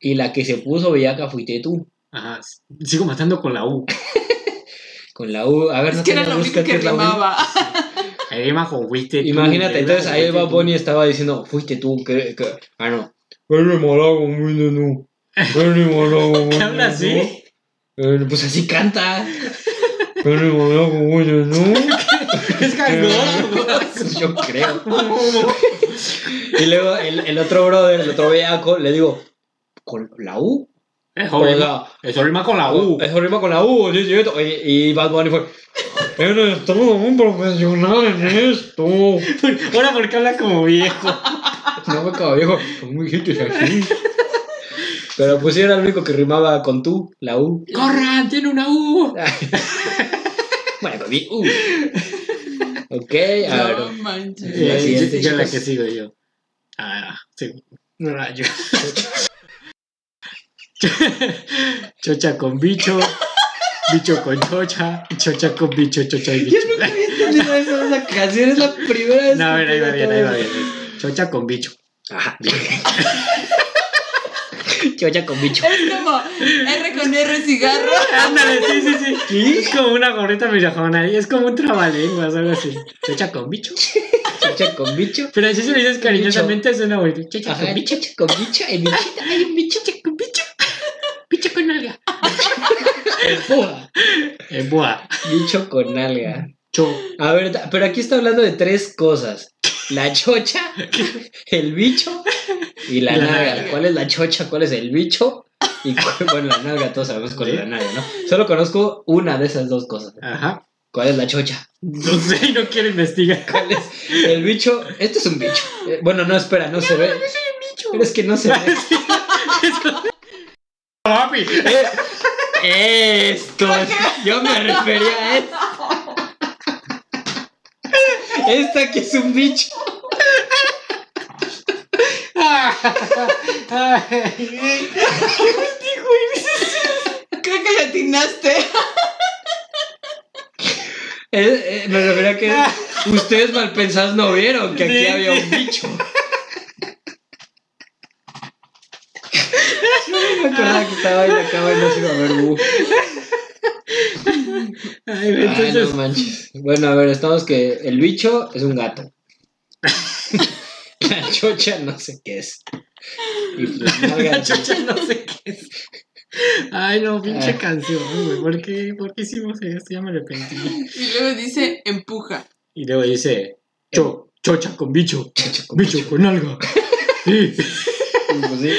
S3: la que se puso bellaca fuiste tú
S2: Ajá. Sigo matando con la U.
S3: con la U. A ver,
S4: Es
S3: no
S4: que
S3: te la
S4: era lo mismo
S3: buscas,
S4: que
S3: ¿qué es la U?
S4: rimaba.
S2: Ahí bajo, fuiste tú,
S3: Imagínate,
S2: ahí
S3: entonces
S2: bajo,
S3: ahí el
S2: fuiste
S3: Bob
S2: tú.
S3: Bunny estaba diciendo, fuiste tú, que, que- ah no. Eres malago, mire, no. Eres malago,
S2: ¿Qué habla
S3: mire,
S2: así?
S3: no. Eh, Pues así canta. Eres malago, mire, no.
S2: Es gangoso, güey.
S3: Eh, Yo creo. y luego el, el otro brother, el otro bellaco, le digo, ¿con la U?
S2: Eso
S3: O
S2: rima-
S3: sea,
S2: eso rima con la U.
S3: Eso rima con la U, sí, cierto. Oye, Y Bad Bunny fue, eres todo un profesional en esto. No
S2: Ahora, ¿por qué habla como viejo?
S3: me cago viejo, ¿cómo dijiste así? Pero pues sí era el único que rimaba con tú, la U.
S2: ¡Corran! ¡Tiene una U!
S3: Bueno, con mi U. Ok, a ver.
S4: No manches.
S3: La
S2: Eh,
S3: siguiente,
S2: yo- yo la
S3: chicos.
S2: que sigo yo. Ah, sí. Rayo. chocha con bicho. Bicho con chocha. Chocha con bicho, chocha y bicho.
S3: había entendido eso, esa canción es la primera
S2: No, a ver, ahí va bien, ahí va bien. Chocha con bicho.
S3: Ajá. Chocha con bicho.
S4: Es como R con R cigarro.
S2: Ándale, sí, sí, sí. Es como una gorrita viejona y es como un trabalenguas, algo así. Chocha con bicho.
S3: Chocha con bicho.
S2: Pero así se lo dices cariñosamente, suena bonito. Chocha
S3: Ajá,
S2: con bicho.
S3: chocha con bicho. El bichito, hay un bicho. Chocha con bicho.
S2: Bicho con alga.
S3: Empuja.
S2: Eh, buah.
S3: Bicho con alga.
S2: Cho.
S3: A ver, ta- pero aquí está hablando de tres cosas. La chocha, el bicho y la
S2: Y la
S3: nalga.
S2: nalga.
S3: ¿Cuál es la chocha? ¿Cuál es el bicho? Y cuál- bueno, la nalga todos sabemos cuál es la nalga, ¿no? Solo conozco una de esas dos cosas.
S2: Ajá.
S3: ¿Cuál es la chocha?
S2: No sé, no quiero investigar.
S3: ¿Cuál es? El bicho, este es un bicho. Eh, Bueno, no, espera, no se ve. Pero es que no se ve.
S2: Papi.
S3: Eh, Esto, es- yo me refería a esto. Esta que es un bicho.
S4: Creo que le atinaste.
S3: Eh, eh, me refería a que ustedes malpensados no vieron que aquí
S2: Ah. Sí,
S3: había
S2: sí.
S3: un bicho. No me acordaba que estaba en la cama y no se iba a ver uh. bu.
S2: Ay, güey,
S3: Ay,
S2: entonces.
S3: no manches. Bueno, a ver, estamos que el bicho es un gato. La chocha no sé qué es. Y pues,
S2: La
S3: no, gato.
S2: chocha no sé qué es. Ay, no, pinche canción, güey. ¿Por qué, ¿Por qué hicimos esto? Ya me arrepentí.
S4: Y luego dice empuja.
S2: Y luego dice: cho, Chocha con bicho.
S3: Chocha con
S2: Bicho con algo. Sí.
S3: Pues sí,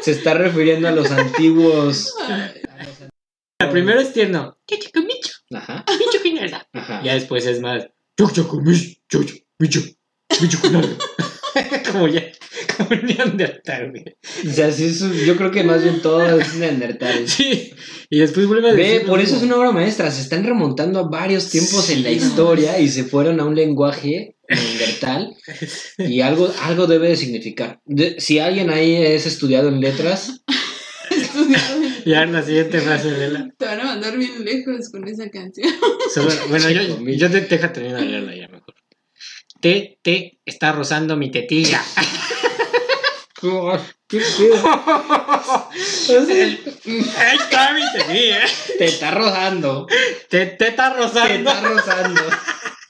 S3: se está refiriendo a los antiguos.
S2: La primera es tierno. Chocha con bicho.
S3: Ajá,
S2: Bicho con algo.
S3: ajá.
S2: Ya después es más. Chocha con bicho. Chocha, bicho. Bicho con algo. como ya. Como un neandertal, güey.
S3: O sea, sí, es un- yo creo que más bien todo es neandertal.
S2: Sí. Y después vuelve a decir.
S3: Ve,
S2: lo
S3: por eso es
S2: mismo.
S3: una obra maestra. Se están remontando a varios tiempos en la
S2: Sí.
S3: historia y se fueron a un lenguaje neandertal y algo, algo debe de significar. De- si alguien ahí es estudiado en letras,
S4: Estudiado.
S2: Y ahora la siguiente frase de la.
S4: Te van a mandar bien lejos con esa canción.
S2: Sobre- bueno, yo,
S3: Chico, mira.
S2: yo te deja terminar de leerla ya mejor. Te, te está rozando mi tetilla.
S3: qué pedo. O sea,
S2: ¡Ay, está mi tetilla!
S3: te está rozando.
S2: Te, te está
S3: Te
S2: rozando.
S3: está rozando.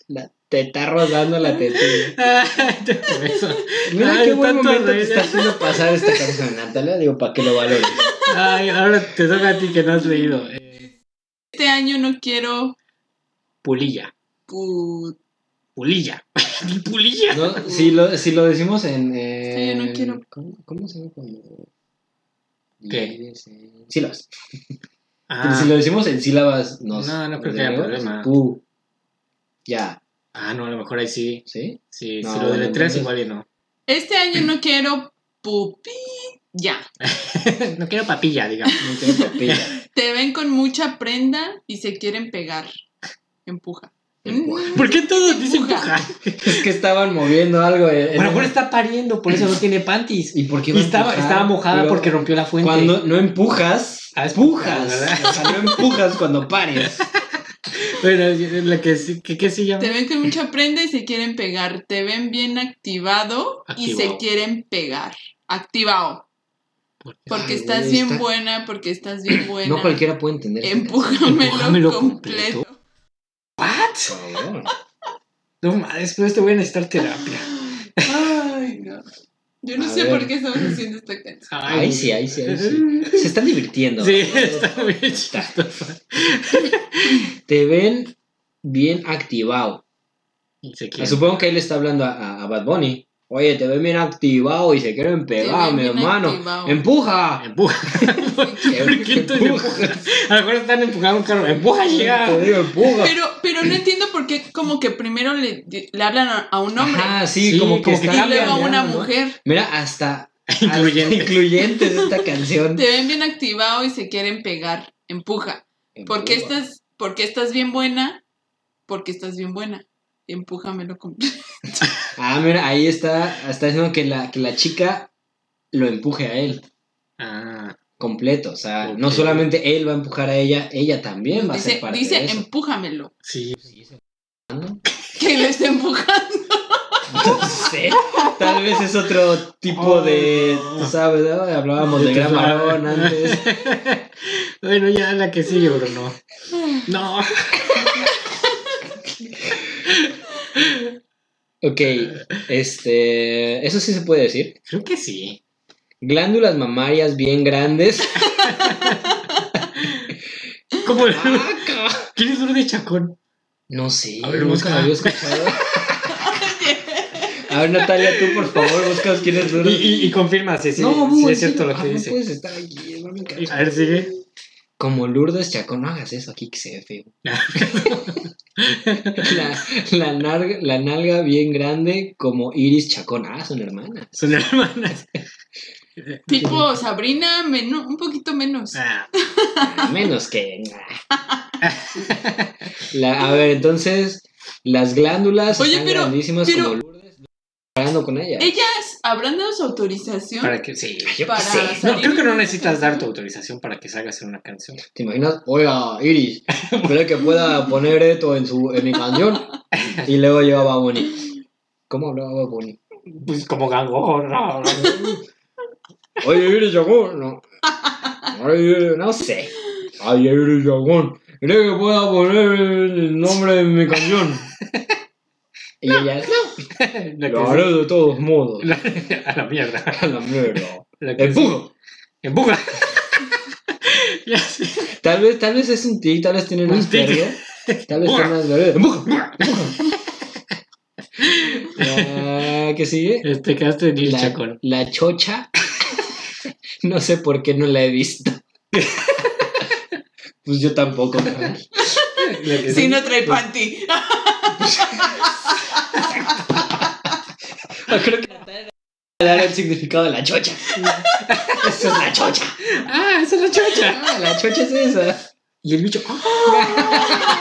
S3: La- te está rozando la tetilla.
S2: Ay, te- por eso.
S3: Mira
S2: Ay,
S3: qué buen
S2: tanto
S3: momento te
S2: reír.
S3: está haciendo pasar esta canción, Natalia. Digo, para que lo valores.
S2: Ay, ahora te toca a ti que no has leído. Eh,
S4: Este año no quiero.
S2: pulilla.
S4: pu-
S2: Pulilla. Ni pulilla.
S3: No, si, lo, si lo decimos en. eh,
S4: Sí, yo no quiero.
S3: ¿Cómo, cómo se ve cuando.?
S2: ¿Qué?
S3: divides en Sílabas.
S2: Ah,
S3: Si lo decimos en sílabas, nos.
S2: No, no creo
S3: nos
S2: que haya
S3: debemos.
S2: problema.
S3: Pu. Ya,
S2: ah, no, a lo mejor ahí sí.
S3: ¿sí?
S2: Sí,
S3: No,
S2: si lo
S3: bueno,
S2: deletreas igual
S3: entonces-
S2: y no.
S4: Este año no quiero pupi. Ya.
S2: no quiero papilla, digamos.
S3: No quiero papilla.
S4: Te ven con mucha prenda y se quieren pegar. Empuja. Mm.
S3: Empuja.
S2: ¿Por qué todos dicen
S4: Empuja.
S2: pujar?
S3: es que estaban moviendo algo. eh,
S2: A lo
S3: eh,
S2: mejor está pariendo, por eso no tiene panties.
S3: ¿Y por qué
S2: Y
S3: va a
S2: estaba,
S3: empujar?
S2: estaba mojada
S3: Pero
S2: porque rompió la fuente.
S3: Cuando no empujas,
S2: Ah, es
S3: pujas.
S2: pujar, ¿verdad?
S3: O sea, no empujas cuando pares.
S2: Bueno, la que sí, que, que sí llama.
S4: Te ven con mucha prenda y se quieren pegar. Te ven bien activado y se
S2: Activao.
S4: quieren pegar. Activado. Porque
S3: Ay,
S4: estás
S3: güey,
S4: bien
S3: está-
S4: buena, porque estás bien buena.
S3: No cualquiera puede entender. este esta
S4: Empújamelo,
S2: Empújamelo
S4: completo.
S2: ¿What?
S3: canción, por favor.
S2: No mames, pero este voy a necesitar terapia.
S4: Ay, no. Yo no
S3: A
S4: sé
S3: ver.
S4: por qué estamos haciendo esta canción.
S3: Ahí sí, ahí sí, ahí sí. Se están divirtiendo.
S2: Sí,
S3: ¿no?
S2: está bien chistoso.
S3: Te ven bien activado.
S2: Y se quiere.
S3: Supongo que él está hablando a, a- a Bad Bunny. Oye, te ven bien activado y se quieren pegar,
S4: ven
S3: mi
S4: bien
S3: hermano.
S4: activado.
S3: Empuja.
S2: Empuja. ¿Por qué entonces empuja? A lo mejor están empujando un carro. Empuja,
S3: Te
S2: llega.
S3: digo, empuja.
S4: Pero, pero no entiendo por qué como que primero le, le hablan a- a un hombre
S3: Ah, sí,
S2: Sí,
S3: como que,
S2: como que
S3: está
S4: y luego a
S3: cambiando,
S4: una
S3: ¿no?
S4: mujer.
S3: Mira, hasta hasta
S2: Incluyente.
S3: incluyente es esta canción.
S4: Te ven bien activado y se quieren pegar. Empuja. Porque estás, porque estás bien buena, porque estás bien buena. Empújamelo completo.
S3: Ah, mira, ahí está, está diciendo que la, que la chica lo empuje a él
S2: Ah,
S3: completo. O sea,
S2: Ok.
S3: no solamente él va a empujar a ella, ella también va a ser
S4: Dice,
S3: parte
S4: dice
S3: de eso.
S4: empújamelo.
S2: sí.
S4: Que le está empujando.
S3: No sé, tal vez es otro tipo
S2: Oh,
S3: de, tú
S2: no.
S3: sabes, ¿no? hablábamos
S2: Yo
S3: de
S2: te
S3: gran
S2: sabía.
S3: varón antes.
S2: Bueno, ya la que sigue, Bruno. No.
S3: Ok, este, eso sí se puede decir.
S2: Creo que sí.
S3: Glándulas mamarias bien grandes.
S2: ¿Cómo?
S3: Ah,
S2: ¿Quién es Rudy Chacón?
S3: No sé,
S2: A ver,
S3: nunca
S2: busca.
S3: la había escuchado. A ver, Natalia, tú por favor, buscas quién es
S2: Y,
S3: Duro.
S2: y, y confirma si, si- si
S3: muy
S2: es cierto
S3: serio.
S2: lo que
S3: Ah, no
S2: dice.
S3: puedes estar aquí, hermano, me
S2: A
S3: cago.
S2: ver, sigue.
S3: Como Lourdes Chacón, no hagas eso aquí que se ve feo. la, la, narga- la nalga bien grande como Iris Chacón. Ah, son hermanas.
S2: Son hermanas.
S4: Tipo Sabrina, menu- un poquito menos.
S2: Ah,
S3: A menos que. La- a ver, entonces, las glándulas
S4: Oye,
S3: están
S4: pero-
S3: grandísimas
S4: pero-
S3: como Lourdes. Hablando con ella.
S4: Ellas habrán dado su autorización.
S2: para que sí.
S3: Yo qué
S4: para
S3: sé.
S2: No,
S4: salir.
S2: creo que no necesitas dar tu autorización para que salgas en una canción.
S3: ¿Te imaginas? Oiga, Iris, ¿crees que pueda poner esto en, su, en mi canción? Y luego llegaba Bonnie. ¿Cómo hablaba Bad Bunny?
S2: Pues como gangorra.
S3: Oye, Iris Chacón. No, Oye, no sé. Oye, Iris Chacón, ¿crees que pueda poner el nombre en mi canción? Y ella,
S2: La que
S3: lo
S2: sí.
S3: haré de todos modos.
S2: A la mierda.
S3: A la mierda.
S2: La que sí.
S3: Empujo.
S2: Empuja. Ya sé.
S3: Tal vez, tal vez es un tic, tal vez tiene
S2: Un
S3: más
S2: tic.
S3: verde. Tal vez tiene más verde. Empujo. Ah, ¿Qué sigue?
S2: Eh, Te quedaste en ir
S3: La,
S2: chacón.
S3: la chocha. no sé por qué no la he visto. pues yo tampoco.
S2: La que
S4: Si
S2: sí.
S4: no
S3: pues,
S4: trae panty.
S3: Creo que dar el significado de la chocha. Esa es la chocha.
S2: Ah, esa es la chocha.
S3: Ah, la chocha es esa.
S2: Y el bicho. ah,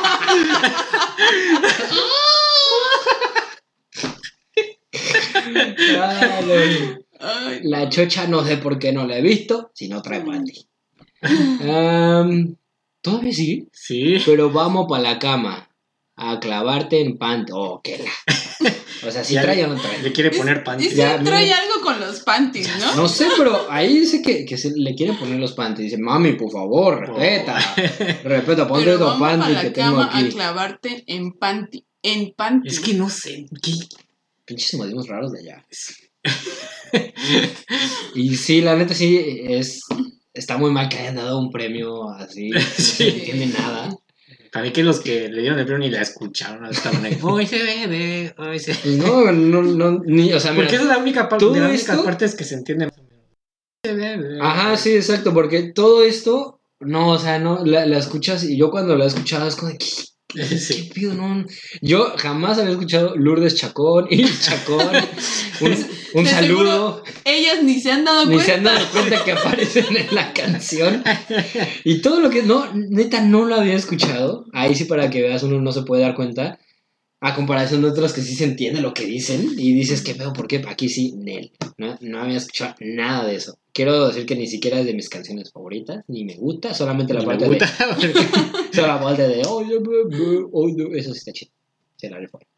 S3: Ah, no.
S4: Ay,
S3: La chocha no sé por qué no la he visto. Si no trae panty. Am, Todavía sí,
S2: Sí.
S3: pero vamos para la cama. A clavarte en panty. Oh, qué la. O sea, si
S2: Ya
S3: trae o no trae.
S2: Le quiere
S4: Es-
S2: poner
S4: y
S2: panty.
S4: si
S3: Ya,
S4: trae
S3: mira.
S4: algo con los panties, ¿no?
S3: No sé, pero ahí dice que, que se le quiere poner los panties. Dice, mami, por favor, respeta. Respeta, ponte
S4: Pero
S3: los
S4: vamos a
S3: panties que
S4: la
S3: tengo
S4: cama a
S3: aquí.
S4: clavarte en panty. En panty.
S2: Es que no sé. ¿qué?
S3: Pinches modismos raros de allá. y sí, la neta sí es. Está muy mal que hayan dado un premio así. No se
S2: Sí.
S3: entiende nada.
S2: Para mí que los que le dieron el premio ni la escucharon. Estaban ahí. Hoy se bebe. Hoy se
S3: Pues no, no, no, ni, o sea, mira.
S2: Porque esa es la única parte
S3: ¿todo
S2: de las únicas
S3: esto?
S2: partes que se entiende más o menos.
S3: Ajá, sí, exacto, porque todo esto, no, o sea, no, la, la escuchas y yo cuando la escuchaba es como, de, ¿qué,
S2: Sí.
S3: qué pido? No, yo jamás había escuchado Lourdes Chacón, y Chacón, un, un
S4: De
S3: saludo,
S4: Ellas ni se han dado
S3: ni
S4: cuenta.
S3: se han dado cuenta que aparecen en la canción. Y todo lo que, no, neta, no lo había escuchado, ahí sí para que veas, uno no se puede dar cuenta. A comparación de otras que sí se entiende lo que dicen y dices que veo por qué aquí sí, Nel. No, no había escuchado nada de eso. Quiero decir que ni siquiera es de mis canciones favoritas, ni me gusta, solamente la
S2: Ni me
S3: parte
S2: gusta, porque-
S3: de. Solo la parte de. "Oh, yo, bu, bu, oh, yo", Eso sí está chido. Se la rifó.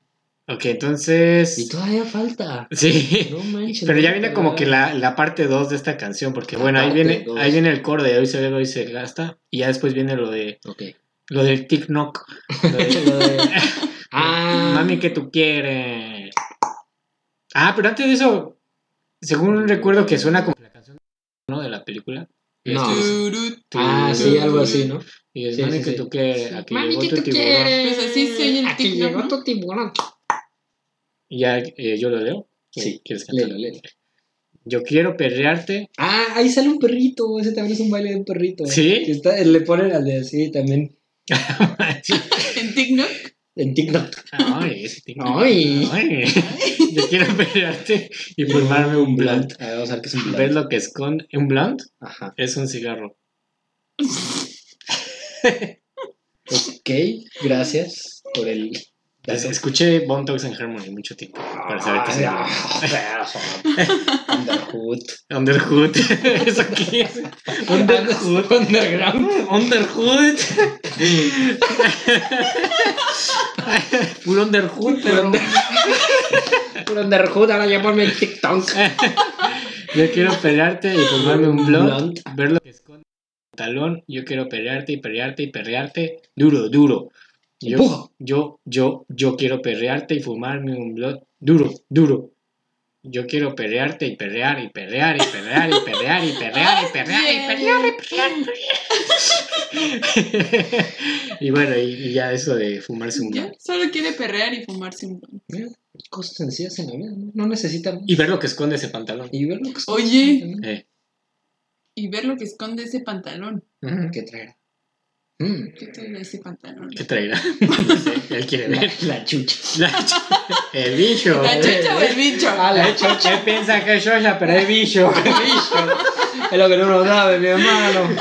S2: Ok,
S3: Y
S2: entonces.
S3: todavía falta.
S2: Sí.
S3: No manches.
S2: Pero ya
S3: no,
S2: viene
S3: no,
S2: como
S3: no.
S2: que la, la parte 2 de esta canción, porque
S3: La
S2: bueno, ahí
S3: parte
S2: viene,
S3: dos.
S2: ahí viene el coro de hoy se bebe, hoy se gasta, y ya después viene lo de
S3: Ok.
S2: lo del TikTok. Lo de,
S3: Lo de- Ah.
S2: Mami que tú quieres. Ah, pero antes de eso, según recuerdo que suena como la canción ¿no? de la película. este,
S3: No.
S4: Turut.
S3: Ah, sí, algo así, ¿no?
S2: Y es
S3: Sí,
S2: mami
S3: sí,
S2: que
S3: sí.
S2: tú quieres, aquí
S5: Mami,
S2: llegó
S5: ¿qué
S2: tu
S5: tú
S2: tiburón.
S5: quieres?
S4: Pues así se oye el
S5: Aquí
S4: tic-tac,
S5: llegó
S4: ¿no?
S5: tu tiburón.
S2: Y ya eh, yo lo leo.
S3: Sí,
S2: ¿Quieres cantar?
S3: Lelo, lelo.
S2: Yo quiero perrearte.
S3: Ah, ahí sale un perrito. Ese también es un baile de un perrito.
S2: ¿Sí?
S3: Que está- le ponen al de así también.
S4: En TikTok.
S3: En TikTok.
S2: Ay, ese TikTok.
S3: Ay.
S2: Ay. Yo quiero perrearte y formarme un blunt.
S3: A ver, vamos a ver qué es un
S2: ¿Ves
S3: blunt.
S2: lo que esconde? ¿Un blunt?
S3: Ajá.
S2: Es un cigarro.
S3: Ok, gracias por el.
S2: Es- Escuché Bone Talks and Harmony mucho tiempo para saber qué
S3: Ah,
S2: es
S3: no. Underhood.
S2: Underhood. ¿Eso qué es? Underhood.
S3: Underground.
S2: Underhood. Puro Underhood,
S3: Por
S2: pero.
S3: under- por Underhood, ahora llamarme el TikTok.
S2: Yo quiero pelearte y formarme un blunt.
S3: Blunt.
S2: Ver lo que esconde el talón. Yo quiero pelearte y pelearte y pelearte. Duro, duro.
S3: Empuja.
S2: Yo, yo, yo, yo quiero perrearte y fumarme un blot duro, duro. Yo quiero perrearte y perrear y perrear y perrear y perrear y perrear y perrear y perrear y perrear. y perrear. Y bueno, y, y ya eso de fumarse un
S4: Ya,
S2: blot.
S4: solo quiere perrear y fumarse un blunt.
S3: Cosas sencillas en la vida, ¿no? No necesitan.
S2: Y ver lo que esconde ese pantalón.
S3: Y ver lo que es-
S4: Oye.
S2: Eh.
S4: Y ver lo que esconde ese pantalón.
S2: Oh.
S3: ¿Qué traerá? Mm,
S4: ¿Qué tiene ese pantalón?
S2: ¿Qué traerá? No sé, él quiere
S3: la,
S2: ver.
S3: la chucha.
S2: La ch- el bicho.
S4: ¿La chucha o el bicho?
S3: Eh, Ah, la chucha.
S2: Él piensa que es Shosha, pero es bicho.
S3: Es lo que no lo sabe, mi hermano.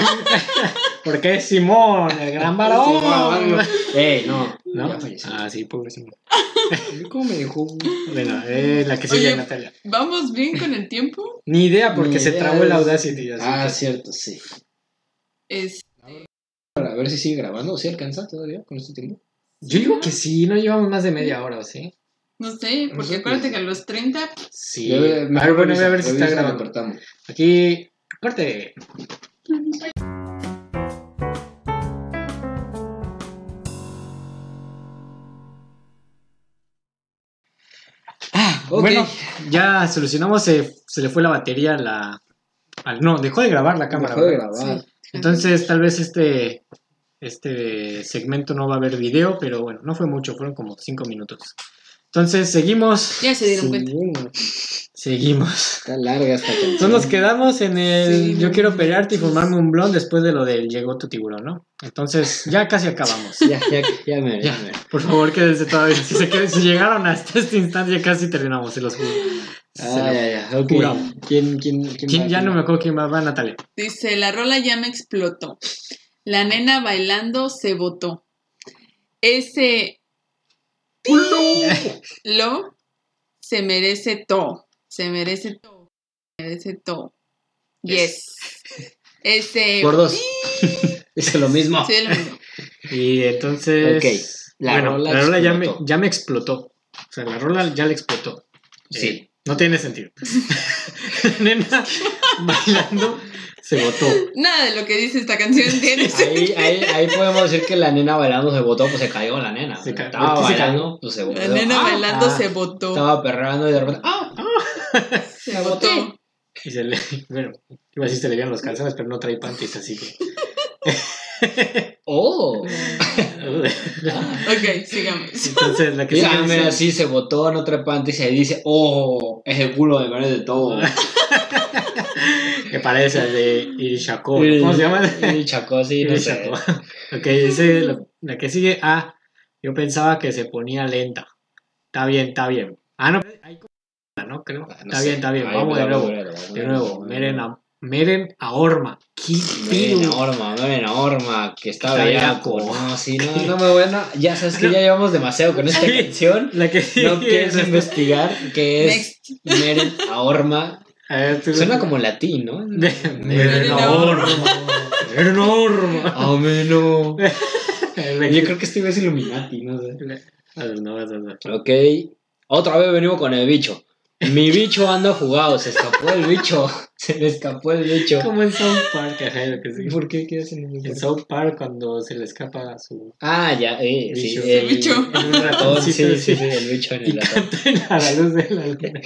S2: Porque es Simón, el gran varón.
S3: Ey, no.
S2: Eh, ¿No?
S3: Ya falleció.
S2: Ah, sí, pobre Simón.
S3: ¿Cómo me dejó?
S2: Bueno, eh, la que sigue
S4: Oye.
S2: Natalia.
S4: ¿Vamos bien con el tiempo?
S2: Ni idea porque
S3: Ni
S2: se
S3: idea
S2: trabó el
S3: es-
S2: Audacity. así
S3: Ah,
S2: que-
S3: cierto, sí.
S4: Es...
S3: A ver si sigue grabando, si alcanza todavía con este tiempo.
S2: Yo digo que sí, no llevamos más de media hora, ¿o sí?
S4: No sé, porque acuérdate que a los 30...
S2: Sí.
S3: Yo- eh,
S2: a ver, bueno, voy a ver si está
S3: revisa, lo
S2: grabando.
S3: cortamos.
S2: Aquí, corte.
S3: Ok.
S2: Bueno, ya solucionamos, eh, se le fue la batería a la... al- no, dejó de grabar la cámara.
S3: Dejó de
S2: ¿verdad?
S3: grabar.
S2: Entonces, tal vez este, este segmento no va a haber video, pero bueno, no fue mucho, fueron como cinco minutos. Entonces, seguimos,
S4: Ya se dieron cuenta.
S3: bueno,
S2: seguimos.
S3: Está larga esta canción.
S2: Entonces nos quedamos en el
S4: Sí,
S2: yo
S4: no
S2: quiero
S4: manches.
S2: pelearte y formarme un blond después de lo del llegó tu tiburón, ¿no? Entonces ya casi acabamos.
S3: Ya, ya, ya me
S2: Ya,
S3: ya me-
S2: por favor quédense todavía. Si, se qued- si llegaron hasta este instante ya casi terminamos, se los juro. Se
S3: Ah,
S2: lo-
S3: ya, ya, ok.
S2: Jurado.
S3: ¿Quién, quién, quién?
S2: ¿Quién?
S3: va?
S2: Ya no
S3: ¿Quién
S2: me
S3: va?
S2: acuerdo quién más va, Natalia.
S4: Dice, la rola ya me explotó. La nena bailando se botó. Ese lo se merece todo. Se merece todo. Se merece todo. Yes. Ese
S3: Por dos. Dice lo mismo.
S4: Sí, lo mismo.
S2: Y entonces...
S3: Ok, la
S2: bueno,
S3: rola
S2: la rola ya me,
S3: explotó.
S2: ya me explotó. O sea, la rola ya le explotó.
S3: Sí.
S2: Eh, no tiene sentido. La Nena bailando se botó.
S4: Nada de lo que dice esta canción tiene
S3: Ahí, ahí, ahí podemos decir que la nena bailando se botó, pues se cayó la nena.
S2: Se ca-
S3: estaba
S2: ¿por qué se
S3: bailando, pues se botó.
S4: La nena
S3: Ah,
S4: bailando
S3: ah.
S4: se botó.
S3: Estaba perrando y de repente. ¡Ah!
S4: Se botó.
S2: Y se le, bueno, iba a decir se le vieron los calzones, pero no trae panties, así que.
S3: ¡Oh!
S4: Ok, sigamos.
S2: Entonces, la que
S3: Mira,
S2: sigue
S3: mira,
S2: dice-
S3: sí, se botó en otra pante y se dice, ¡Oh! Es el culo de Manuel de todo.
S2: Ah, que parece el de Irishako.
S3: Oh,
S2: ¿Cómo se llama?
S3: Y chacó así, no sé.
S2: Irishako. ok, dice lo- la que sigue. Ah, yo pensaba que se ponía lenta. Está bien, está bien. Ah, no, hay como- ¿no? Creo.
S3: Ah, no
S2: está
S3: sé.
S2: bien, está bien.
S3: Ahí
S2: Vamos de
S3: vamos,
S2: nuevo.
S3: vamos,
S2: De
S3: vamos,
S2: nuevo.
S3: vamos.
S2: Meren a, Meren a Orma. ¿Qué
S3: Miren
S2: pedo?
S3: Orma, miren Orma, que está
S2: Está
S3: bellaco.
S2: bellaco.
S3: No, sí, no, no me bueno. Ya sabes que ya llevamos demasiado con esta
S2: Sí.
S3: canción.
S2: La que sigue.
S3: No quieres
S2: es-
S3: investigar qué es
S4: Next.
S3: Meren a Orma.
S2: A ver, tú-
S3: Suena como latín, ¿no?
S2: De-
S4: Menormo.
S2: Menormo.
S3: Ameno. Yo creo que este iba a ser Illuminati, no sé.
S2: A ver, no, no, no.
S3: Ok. Otra vez venimos con el bicho. Mi bicho anda jugado, se escapó el bicho. Se le escapó el bicho.
S2: Como en South Park, ajá, lo que sí.
S3: ¿Por qué? ¿Qué hacen en
S2: En
S3: el
S2: South Park, cuando se le escapa su.
S3: Ah, ya, eh, sí.
S2: Bicho.
S3: El
S4: Bicho.
S2: en un
S3: ratón, sí,
S2: ratoncito
S3: sí,
S2: así,
S3: sí, el bicho en
S2: Y
S3: el ratón.
S2: cantan a la luz de la luna.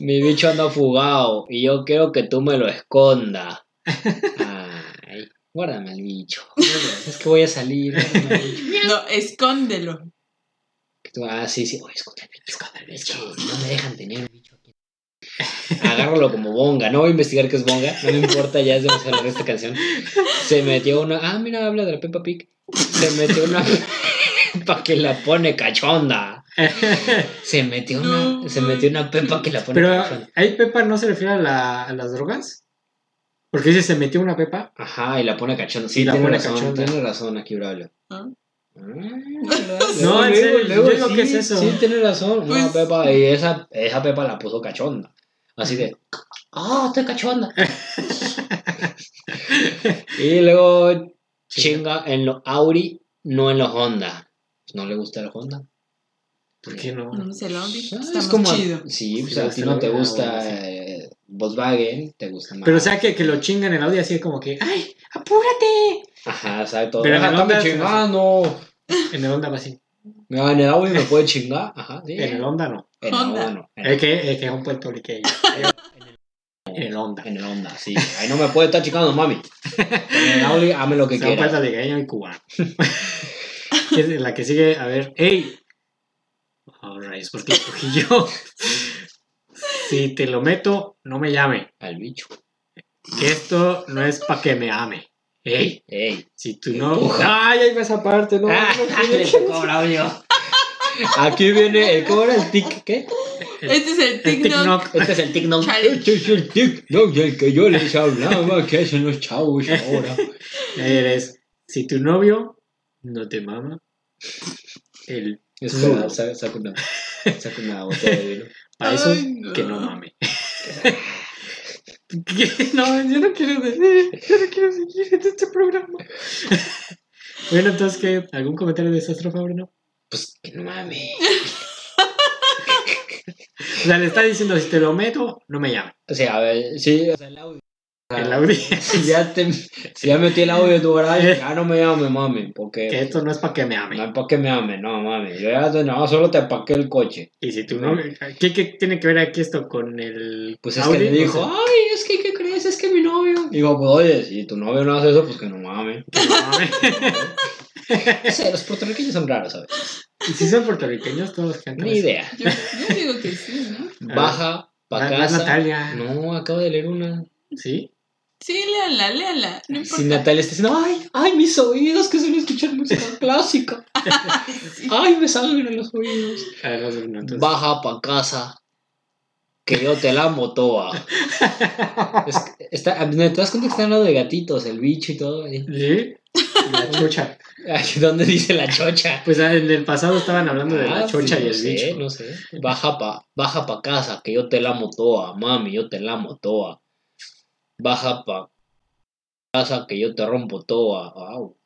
S3: Mi bicho anda fugado y yo quiero que tú me lo esconda. Ay, guárdame el bicho. Es que voy a salir. guárdame al bicho.
S4: No, escóndelo.
S3: Que tú- Ah, sí, sí. Oye, escóndeme, escóndeme el bicho. No me dejan tener un bicho aquí. Agárralo como bonga. No voy a investigar qué es bonga. No me importa, ya es demasiado larga esta canción. Se metió una. Ah, mira, habla de la Peppa Pig. Se metió una. Peppa que la pone cachonda. Se metió una. Se metió una Peppa que la pone
S2: Pero
S3: cachonda.
S2: ahí Pepa no se refiere a, la- a las drogas. Porque dice se metió una Pepa.
S3: Ajá, y la pone cachonda. Sí,
S2: Y la
S3: tiene
S2: pone
S3: razón,
S2: cachonda.
S3: tiene razón aquí, Braulio.
S4: ¿Ah?
S3: no,
S2: No, en serio, yo digo
S3: sí,
S2: que es eso.
S3: Sí, tiene razón.
S4: Pues-
S3: No, Pepa, y esa, esa Pepa la puso cachonda. Así de, ¡ah, estoy cachonda! y luego chinga en los Audi, no en los Honda. No le gusta el Honda.
S2: ¿Por qué no?
S4: No sé, lo
S3: Ah,
S4: Está
S3: es
S4: muy
S3: como-
S4: chido.
S3: Sí, pues
S2: Sí,
S3: a
S2: la
S3: ti no te
S2: cerveza,
S3: gusta
S2: bueno, sí.
S3: eh, Volkswagen, te gusta más.
S2: Pero o sea que, que lo chingan en el audio así como que, ¡ay! ¡Apúrate!
S3: Ajá, exacto.
S2: Pero en
S3: Ajá,
S2: el
S3: está Ah,
S2: Honda
S3: me
S2: es-
S3: chingando.
S2: En el onda va así.
S3: No, en el Audi me puede chingar. Ajá, sí.
S2: En el onda no.
S3: En el
S4: Honda.
S3: Honda no. En el-
S2: Es que es, que es un puertorriqueño. En el onda.
S3: En el Honda, sí. Ahí no me puede estar chingando, mami. En el Audi, hame lo que
S2: O sea, un
S3: quieras.
S2: puertorriqueño y cubano. Que es la que sigue, a ver, ¡ey! Oh, rayos, porque escogí yo. Si te lo meto, no me llame.
S3: Al bicho.
S2: Que esto no es para que me ame. ¡Ey!
S3: Ey.
S2: Si tú no.
S3: Empuja.
S2: ¡Ay, ahí va esa parte! No,
S3: Ah,
S2: no, no,
S3: le tocó a Braulio. Aquí viene el cobra, el tic, ¿qué?
S4: Este es el
S2: El
S4: tic
S2: tic-noc.
S3: Este es el tic, no.
S4: Chale.
S3: Este es el tic, no, el que yo les hablaba, que hacen los chavos ahora.
S2: Eres. Si tu novio no te mama, el
S3: Espera, sa- saca una, saca una botella de vino.
S2: para eso
S4: Ay, no.
S2: que no mame. ¿Qué? No, yo no quiero decir, yo no quiero seguir en este programa. Bueno, entonces, ¿qué? ¿algún comentario de esa estrofa, Bruno?
S3: Pues que no mames.
S2: O sea, le está diciendo, si te lo meto, no me llame.
S3: O sea, a ver, sí, o sea, el audio.
S2: El audio.
S3: Si ya, te, si ya metí el audio en tu garaje, ya no me llame, mami, porque
S2: Que esto no es para que me
S3: no
S2: ame.
S3: es para que me ame, no, mami. Yo ya te- no, solo te apaqué el coche.
S2: Y si tu novio. ¿Qué, qué tiene que ver aquí esto con el.
S3: Pues es
S2: Audi?
S3: que le dijo,
S2: O sea,
S3: ay, es que, ¿qué crees? Es que mi novio. Digo, pues oye, si tu novio no hace eso, pues que no mame.
S2: que "Ah, no mame.
S3: No sé, los puertorriqueños son raros, ¿sabes?
S2: Y si son puertorriqueños todos los que han
S3: Ni idea.
S4: Yo, yo digo que sí, ¿no?
S3: Baja, pa'
S2: La- la
S3: casa.
S2: Ah, Natalia.
S3: No, acabo de leer una.
S2: ¿Sí?
S4: Sí, léala, léala. No importa.
S3: Si Natalia está diciendo, ay, ay, mis oídos que suelen escuchar música clásica. Ay, me salen los oídos.
S2: A ver, los minutos.
S3: Baja pa' casa. Que yo te la motoa. Es que está, ¿Me te das cuenta que está hablando de gatitos, el bicho y todo? ¿eh?
S2: ¿Sí? Y La chocha.
S3: Ay, ¿Dónde dice la chocha?
S2: Pues ah, en el pasado estaban hablando de la
S3: Ah,
S2: chocha
S3: sí,
S2: y
S3: no
S2: el
S3: sé,
S2: bicho.
S3: No sé. Baja pa, baja pa casa, que yo te la motoa. Mami, yo te la motoa. Baja pa casa, que yo te rompo toa. Au,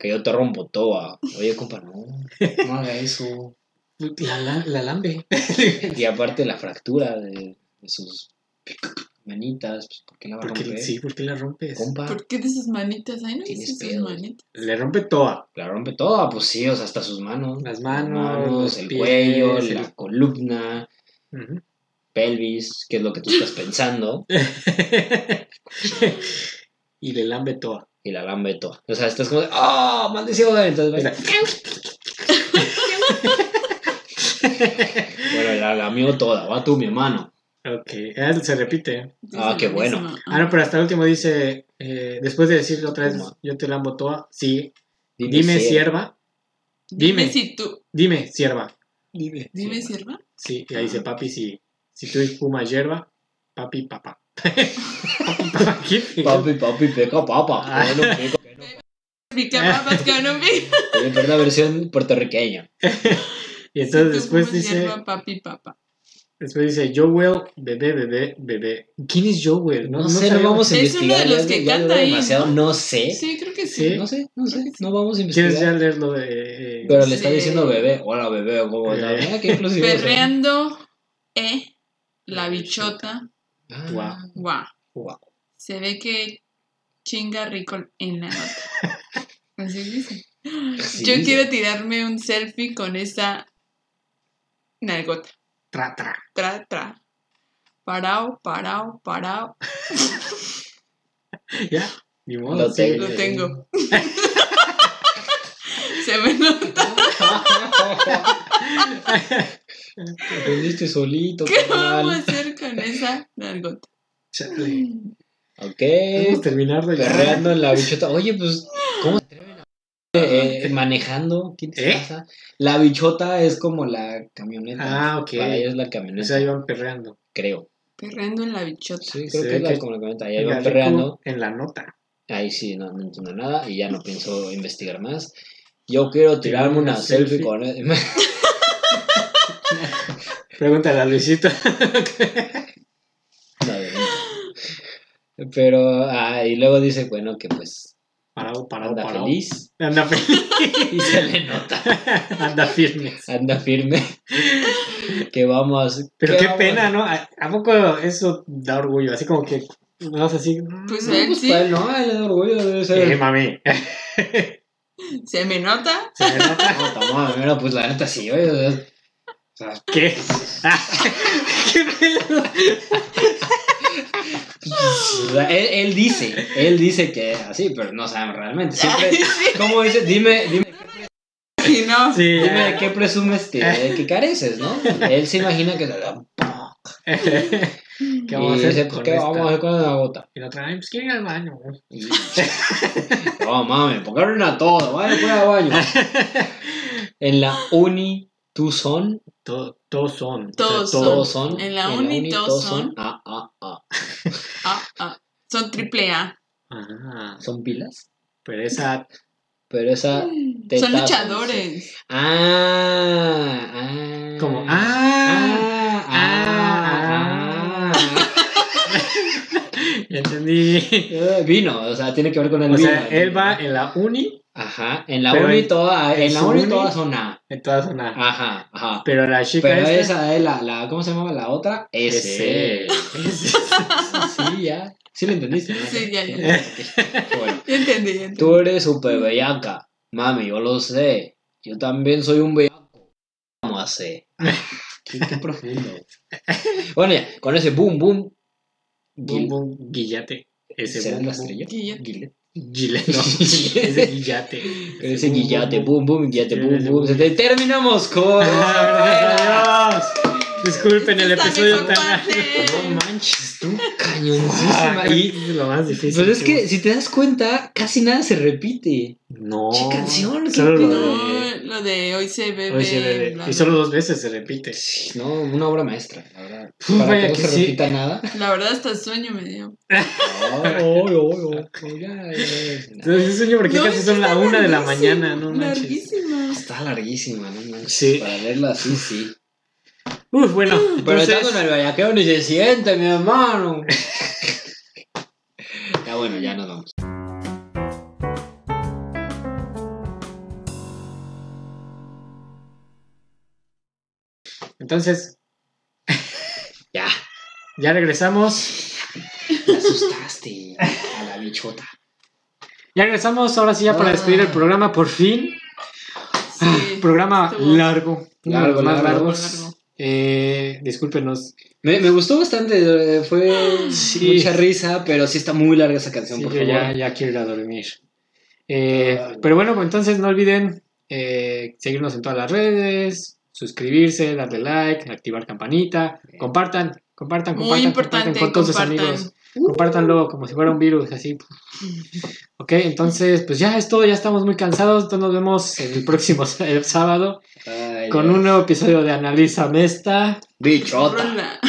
S3: Que yo te rompo toa. Oye, compa, no. No haga eso.
S2: La, la, la lambe.
S3: Y aparte la fractura de, de sus manitas, pues, ¿por qué la va a
S2: ¿Por qué-
S3: romper?
S2: sí, ¿por qué la rompes?
S3: Compa,
S4: ¿Por qué de sus manitas? Ay, no
S3: Tienes
S4: dices sus
S3: pedos.
S4: manitas.
S2: Le rompe toda.
S3: la rompe toda, pues sí, o sea, hasta sus manos.
S2: Las manos, los
S3: el
S2: pies,
S3: cuello,
S2: el-
S3: la columna,
S2: Ujú.
S3: pelvis, que es lo que tú estás pensando,
S2: y le lambe toda.
S3: y la lambe toda. O sea, estás como, de, ¡oh, maldición! Entonces,
S2: Mira.
S3: bueno, la lamió toda, va tú, mi hermano.
S2: Ok, ah, se repite.
S4: Dice
S3: Ah, qué
S4: lo
S3: bueno.
S4: mismo.
S2: Ah, no, pero hasta el último dice, eh, después de decirle otra vez,
S3: ¿Cómo?
S2: yo te lambo toda. Sí, dime
S3: si-
S2: sierva.
S4: Dime.
S2: dime.
S4: si tú.
S2: Dime sierva.
S3: Dime.
S4: Dime, sierva.
S2: Sí, y ahí dice papi, si, si tú fumas hierba, papi, papá. papi, papá. ¿Qué?
S3: Papi, papi, peca, papa.
S2: Ah.
S3: Bueno, peca.
S4: Mi cama va a no me.
S3: Oye, Pero una versión puertorriqueña.
S2: Y entonces
S4: Si tú
S2: después
S4: fumas
S2: dice,
S4: hierba, papi, papá.
S2: Después dice Joel, bebé, bebé, bebé. ¿Quién es Joel?
S3: No, sé, no
S2: sabemos.
S3: vamos a
S4: Es
S3: investigar.
S4: uno de los
S3: ya-
S4: que
S3: ya
S4: canta
S3: duró
S4: ahí,
S3: demasiado,
S4: ¿no?
S3: no sé.
S4: Sí, creo que
S2: Sí.
S4: sí.
S3: No sé, no sé. No vamos a
S2: ¿Quieres ya
S3: investigar.
S2: leer lo de.? eh,
S3: Pero le está
S4: Sí.
S3: diciendo bebé. Hola, bebé. ¿Cómo
S2: Bebé.
S3: estás? Mira, qué inclusivo son.
S4: Perreando, eh, la bichota,
S3: Ah,
S2: Guau.
S4: guau.
S3: guau.
S4: Se ve que chinga rico en la nota. Así dice.
S3: Sí,
S4: Yo
S3: dice.
S4: quiero tirarme un selfie con esa nalgota.
S2: Tra, tra.
S4: Tra, tra. Parao, parao, parao.
S2: Ya, ni modo.
S3: Lo
S2: sigue.
S3: tengo.
S4: Lo tengo. Se me nota.
S3: Aprendiste solito.
S4: ¿Qué
S3: carnal.
S4: vamos a hacer con esa nalgota?
S2: Chale. Podemos
S3: Ok.
S2: terminarlo ya.
S3: Perreando en la bichota. Oye, pues, ¿cómo se atreven a- eh, eh, manejando? ¿Qué te
S2: ¿Eh?
S3: pasa? La bichota es como la camioneta.
S2: Ah, ok.
S3: Para ellos es la
S2: O
S3: camioneta,
S2: sea, iban perreando.
S3: creo.
S4: Perreando en la bichota.
S3: Sí,
S2: Se
S3: creo
S2: ve
S3: que es la,
S2: que-
S3: como la camioneta. Ahí
S2: Venga,
S3: van
S2: Rico,
S3: perreando.
S2: En la nota.
S3: Ahí sí, no, no entiendo nada y ya no pienso investigar más. Yo quiero tirarme una selfie con él.
S2: Pregúntale a Luisito.
S3: Pero, ah, y luego dice, bueno, que pues
S2: Parado, parado,
S3: anda
S2: parado.
S3: feliz
S2: Anda feliz.
S3: y se le nota.
S2: Anda firme.
S3: Anda firme. que vamos.
S2: Pero
S3: que
S2: qué
S3: vamos-
S2: pena, ¿no? ¿A, a poco eso da orgullo? Así como que vas así.
S4: Pues
S3: No,
S4: él
S3: pues,
S4: sí.
S3: para él no, a él le da orgullo debe ser.
S2: Eh, mami.
S4: Se me nota.
S2: Se me nota
S3: No, toma, mira, pues la neta sí, oye, o sea,
S2: que. ¿Qué pedo?
S3: pues, él, él dice, él dice que es así, pero no saben realmente. Siempre,
S4: Ay, sí.
S3: ¿Cómo dice? Dime, dime.
S4: Y no.
S2: Sí,
S3: Dime de
S2: ya.
S3: qué presumes que, que careces, ¿no? Él se imagina que
S2: ¿Qué vamos a
S3: y
S2: hacer?
S3: dice, pues,
S2: con
S3: ¿qué vamos a
S2: esta?
S3: hacer con la gota?
S2: Y la otra, ay, pues quiero ir al baño. güey.
S3: Y- No mames, porque no a todo, vaya fuera de baño. En la uni, tú son,
S2: To- todos son. o sea,
S4: Todos
S3: todos son.
S4: En la uni, todos son.
S3: Ah, ah, ah.
S4: Ah, ah. Son triple A.
S2: Ajá.
S3: Son pilas,
S2: Pero esa.
S3: pero esa.
S4: Son
S3: tetazos,
S4: luchadores.
S3: Ah, ah.
S2: Como, ah.
S3: Ah, ah, ah.
S2: Ya entendí.
S3: Eh, Vino, o sea, tiene que ver con el
S2: O
S3: vino.
S2: sea, él va en la uni,
S3: Ajá, en la
S2: Pero
S3: uni
S2: en-
S3: toda,
S2: en
S3: en la
S2: su
S3: uni
S2: uni-
S3: todas son A.
S2: en toda zona.
S3: Ajá, ajá.
S2: Ah, Pero la chica
S3: Pero
S2: esta-
S3: esa es la, la, ¿cómo se llamaba la otra?
S2: Ese.
S3: S. Sí, ya. Sí lo entendiste. ¿no?
S4: Sí, ya, ya.
S3: Ok, Bueno,
S4: Ya entendí. ya entendí.
S3: tú eres súper bellaca. Mami, yo lo sé. Yo también soy un bellaco. ¿Cómo hace? Qué, qué profundo. Bueno, ya, con ese boom, boom.
S2: Bum, bum, guillate. Ese
S3: ¿Será
S2: bum,
S3: la
S2: bum.
S3: estrella?
S4: Guillate.
S3: Guillete.
S2: Gile- no. Ese guillate.
S3: Ese
S2: bum, bum,
S3: guillate,
S2: bum.
S3: boom, boom, guillate,
S2: Sí,
S3: boom,
S2: ese
S3: boom.
S2: boom.
S3: Se- Terminamos con.
S2: ¡Ah, gracias a Dios! Disculpen el
S4: Está
S2: episodio
S4: bien,
S2: tan.
S4: compadre.
S3: No manches, tú
S2: Ah,
S3: cañoncísima.
S2: creo
S3: Y
S2: que es lo más difícil.
S3: Pues es
S2: sí.
S3: que si te das cuenta, casi nada se repite.
S2: No.
S3: Che, canción, qué
S2: Solo lo de-
S4: No, lo de hoy se bebe.
S2: Hoy se bebe.
S4: bla,
S2: Y
S4: bla.
S2: solo dos veces se repite.
S3: Sí, No, una obra maestra, la verdad.
S2: Uf,
S3: Para
S2: vaya
S3: que no
S2: que
S3: se
S2: sí.
S3: repita nada.
S4: La verdad, hasta sueño me dio.
S3: Ay, ay, ay, ay, ya, ya, ya.
S2: Oh, Entonces, sueño porque
S4: No,
S2: casi
S4: es
S2: son
S4: que
S2: la
S4: está
S2: una de la
S4: larguísima,
S2: mañana, no manches.
S4: Larguísima.
S3: Está larguísima, no manches.
S2: Sí.
S3: Para leerla así, sí.
S2: Uf, bueno,
S3: Pero está
S2: entonces,
S3: con el vallaqueo ni se siente, mi hermano. ya bueno, ya nos vamos.
S2: entonces,
S3: Ya,
S2: ya regresamos.
S3: me asustaste a la bichota.
S2: Ya regresamos, ahora sí, ya para
S3: Ah.
S2: despedir el programa, por fin. Ah,
S4: Sí.
S2: Programa
S4: Estuvo-
S2: largo. uno de
S3: Largo,
S2: los más
S3: largo.
S2: largos.
S4: Largo.
S2: Eh, discúlpenos.
S3: Me, me gustó bastante, eh, fue
S2: Sí.
S3: mucha risa, pero sí está muy larga esa canción,
S2: Sí,
S3: por
S2: yo
S3: favor.
S2: ya, ya quiero ir a dormir. Eh, pero bueno, pues entonces no olviden eh, seguirnos en todas las redes, suscribirse, darle like, activar campanita, compartan, compartan,
S4: Muy
S2: compartan,
S4: importante,
S2: compartan con todos sus
S4: compartan.
S2: amigos. Compartanlo como si fuera un virus, así. Ok, entonces pues ya es todo, ya estamos muy cansados, entonces nos vemos el próximo s- el sábado
S3: Ay,
S2: con
S3: Dios.
S2: un nuevo episodio de Analiza Mesta.
S3: Bichota.
S4: Rola.